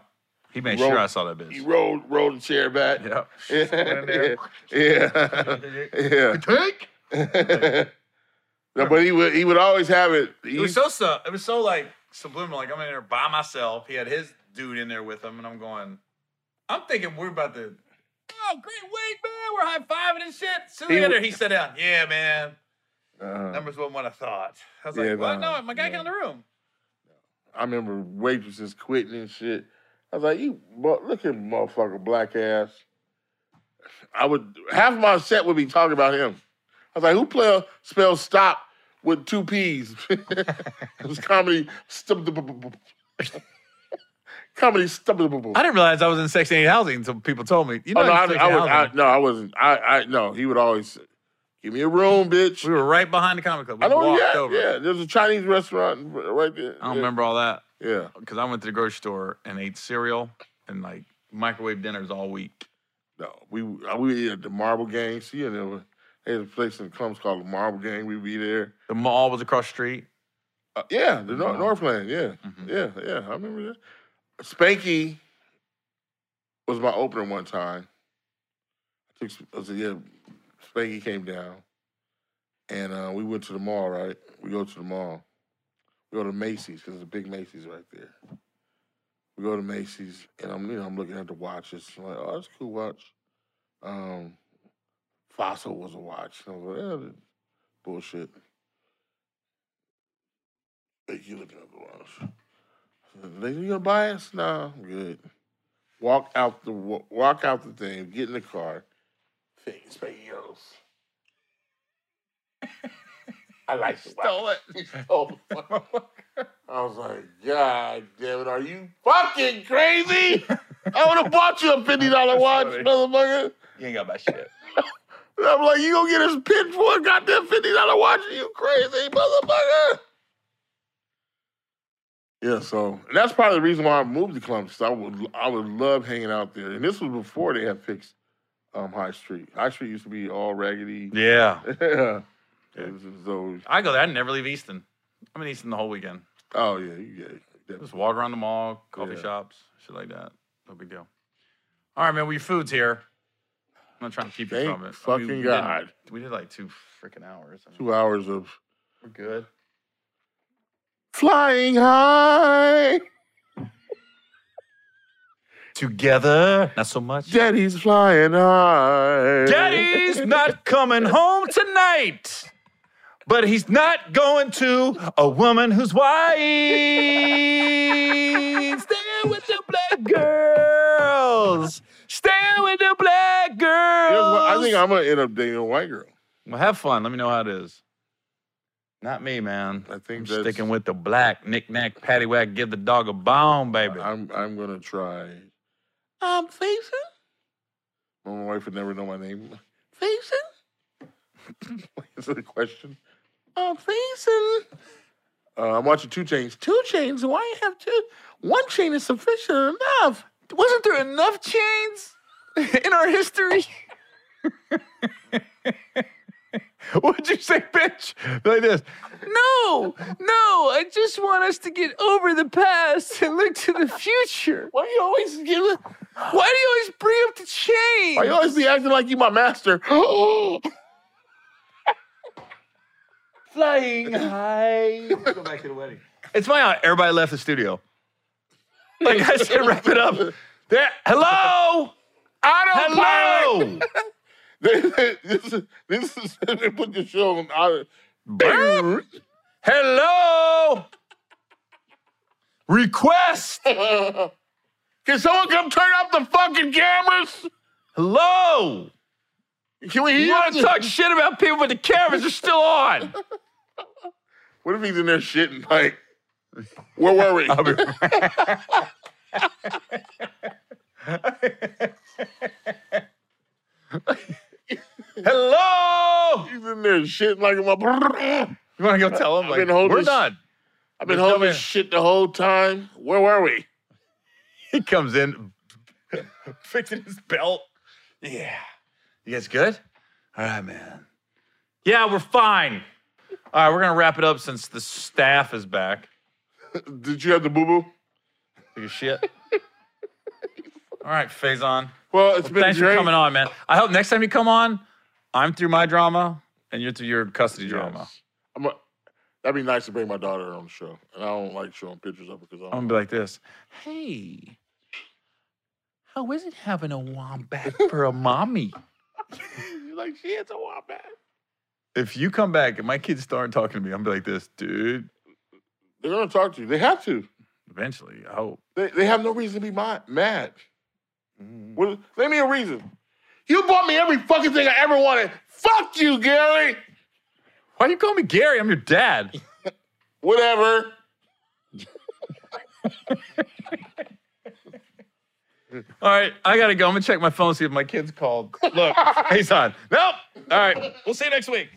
He made
Roll-
sure I saw that
He
bitch.
rolled rolled the chair back.
Yeah. in
Yeah,
there.
yeah, yeah.
Take.
No, but he would he would always have it.
It was so su- it was so like subliminal. Like I'm in there by myself. He had his dude in there with him, and I'm going, I'm thinking we're about to. Oh, great wait, man. We're high fiving and shit. Soon
He
he,
w-
he sat down. Yeah, man.
Uh-huh.
Numbers wasn't what I thought. I was
Yeah,
like, well,
no,
no, my guy
no.
got in the room.
I remember waitresses quitting and shit. I was like, you bu- look at motherfucker black ass. I would half my set would be talking about him. I was like, who play spell stop with two P's? it was comedy stump comedy stump
I didn't realize I was in Section 8 housing until people told me. You know,
Oh no, I,
you're in
I
Section
was,
8
I,
housing.
no, I wasn't. I, I no. He would always give me a room, bitch.
we were right behind the comic club. We
I don't.
walked
Yeah,
over.
yeah. There's a Chinese restaurant r- right there.
I don't
yeah.
remember all that
Yeah,
because I went to the grocery store and ate cereal and like microwave dinners all week.
no. We uh, we at the Marble Gang. See, and there was there's a place in Columbus called the Marble Gang. We'd be there.
The mall was across the street.
Uh, yeah, the Nor-
Wow.
Northland. Yeah,
Mhm.
yeah, yeah. I remember that. Spanky was my opener one time. I took, I said, yeah, Spanky came down, and uh, we went to the mall. Right, we go to the mall. We go to Macy's because there's a big Macy's right there. We go to Macy's, and I'm you know I'm looking at the watches. I'm like, oh, that's a cool watch. Um, Fossil was a watch. And I was like, yeah, bullshit. Hey, you looking at the watch? Lady, you gonna buy us? Nah, I'm good. Walk out the wa- walk out the thing. Get in the car. Things spaghettios. I like the watch.
Stole it.
Oh, I was like, God damn it, are you fucking crazy? I would have bought you a fifty dollar watch,
Sorry.
motherfucker.
You ain't got my shit.
And I'm like, you gonna get his pin for a goddamn fifty dollar watch? You crazy motherfucker? Yeah, so and that's probably the reason why I moved to Columbus. I would I would love hanging out there, and this was before they had fixed um, High Street. High Street used to be all raggedy.
Yeah.
Yeah. It was- it was always-
I go there. I never leave Easton. I'm in Easton the whole weekend.
oh yeah, you get it.
Just walk around the mall, coffee
Yeah.
shops, shit like that. No big deal. All right, man. Well, your food's here. I'm not trying to keep you
Thank
from it. I mean,
fucking
we did-
God.
we did like two freaking hours. I mean,
Two hours of
we're good.
flying high.
Together, not so much.
Daddy's flying high.
Daddy's not coming home tonight, but he's not going to a woman who's white. Stay with the black girls. Stay with the black
You
girls.
know what? I think I'm gonna end up dating a white girl.
Well, have fun. Let me know how it is. Not me, man.
I
I'm
think that's,
sticking with the black knick knack patty whack. Give the dog a bone, baby.
I'm I'm gonna try. I'm facing. My wife would never know my name. Facing. Is it a question? I'm facing. Uh, I'm watching two chains. Two chains. Why you have two? One chain is sufficient enough.
Wasn't there enough chains in our history? What'd you say, bitch? Like this. No, no, I just want us to get over the past and look to the future.
Why you always give?
Why do you always bring up the chains?
Why you always be acting like you my master?
flying high.
Go back to the wedding.
It's my aunt. Everybody left the studio. Like I said, wrap it up. There. Hello. Hello.
this is this is they put the show on. auto-
Burp. Hello. Request.
Can someone come turn off the fucking cameras?
Hello.
Can we
You
hear
want to talk shit about people, but the cameras are still on.
What if he's in there shitting? Like, where were we?
Hello.
he's in there shitting like I'm a.
You want to go tell them?
I've been holding
we're
this-
done.
I've been
There's no
holding
way.
this shit the whole time. Where were we?
He comes in, fixing his belt. Yeah. You guys good? All right, man. Yeah, we're fine. All right, we're gonna wrap it up since the staff is back.
Did you have the boo boo?
Take a shit. All right, Faison.
Well, it's been
Thanks
great.
for coming on, man. I hope next time you come on, I'm through my drama and you're through your custody drama.
Yes. I'm a- that'd be nice to bring my daughter on the show, and I don't like showing pictures of her because
I'm
I'm.
gonna be like this. Hey, how is it having a wombat for a mommy?
She's like she is a wombat.
If you come back and my kids start talking to me, I'm gonna be like this, dude.
They're gonna talk to you. They have to.
Eventually, I hope.
They, they have no reason to be mi- mad. What, name me a reason. You bought me every fucking thing I ever wanted. Fuck you, Gary.
Why you call me Gary? I'm your dad.
Whatever.
All right, I gotta go. I'm gonna check my phone see if my kids called. Look, he's on. Nope. All right, we'll see you next week.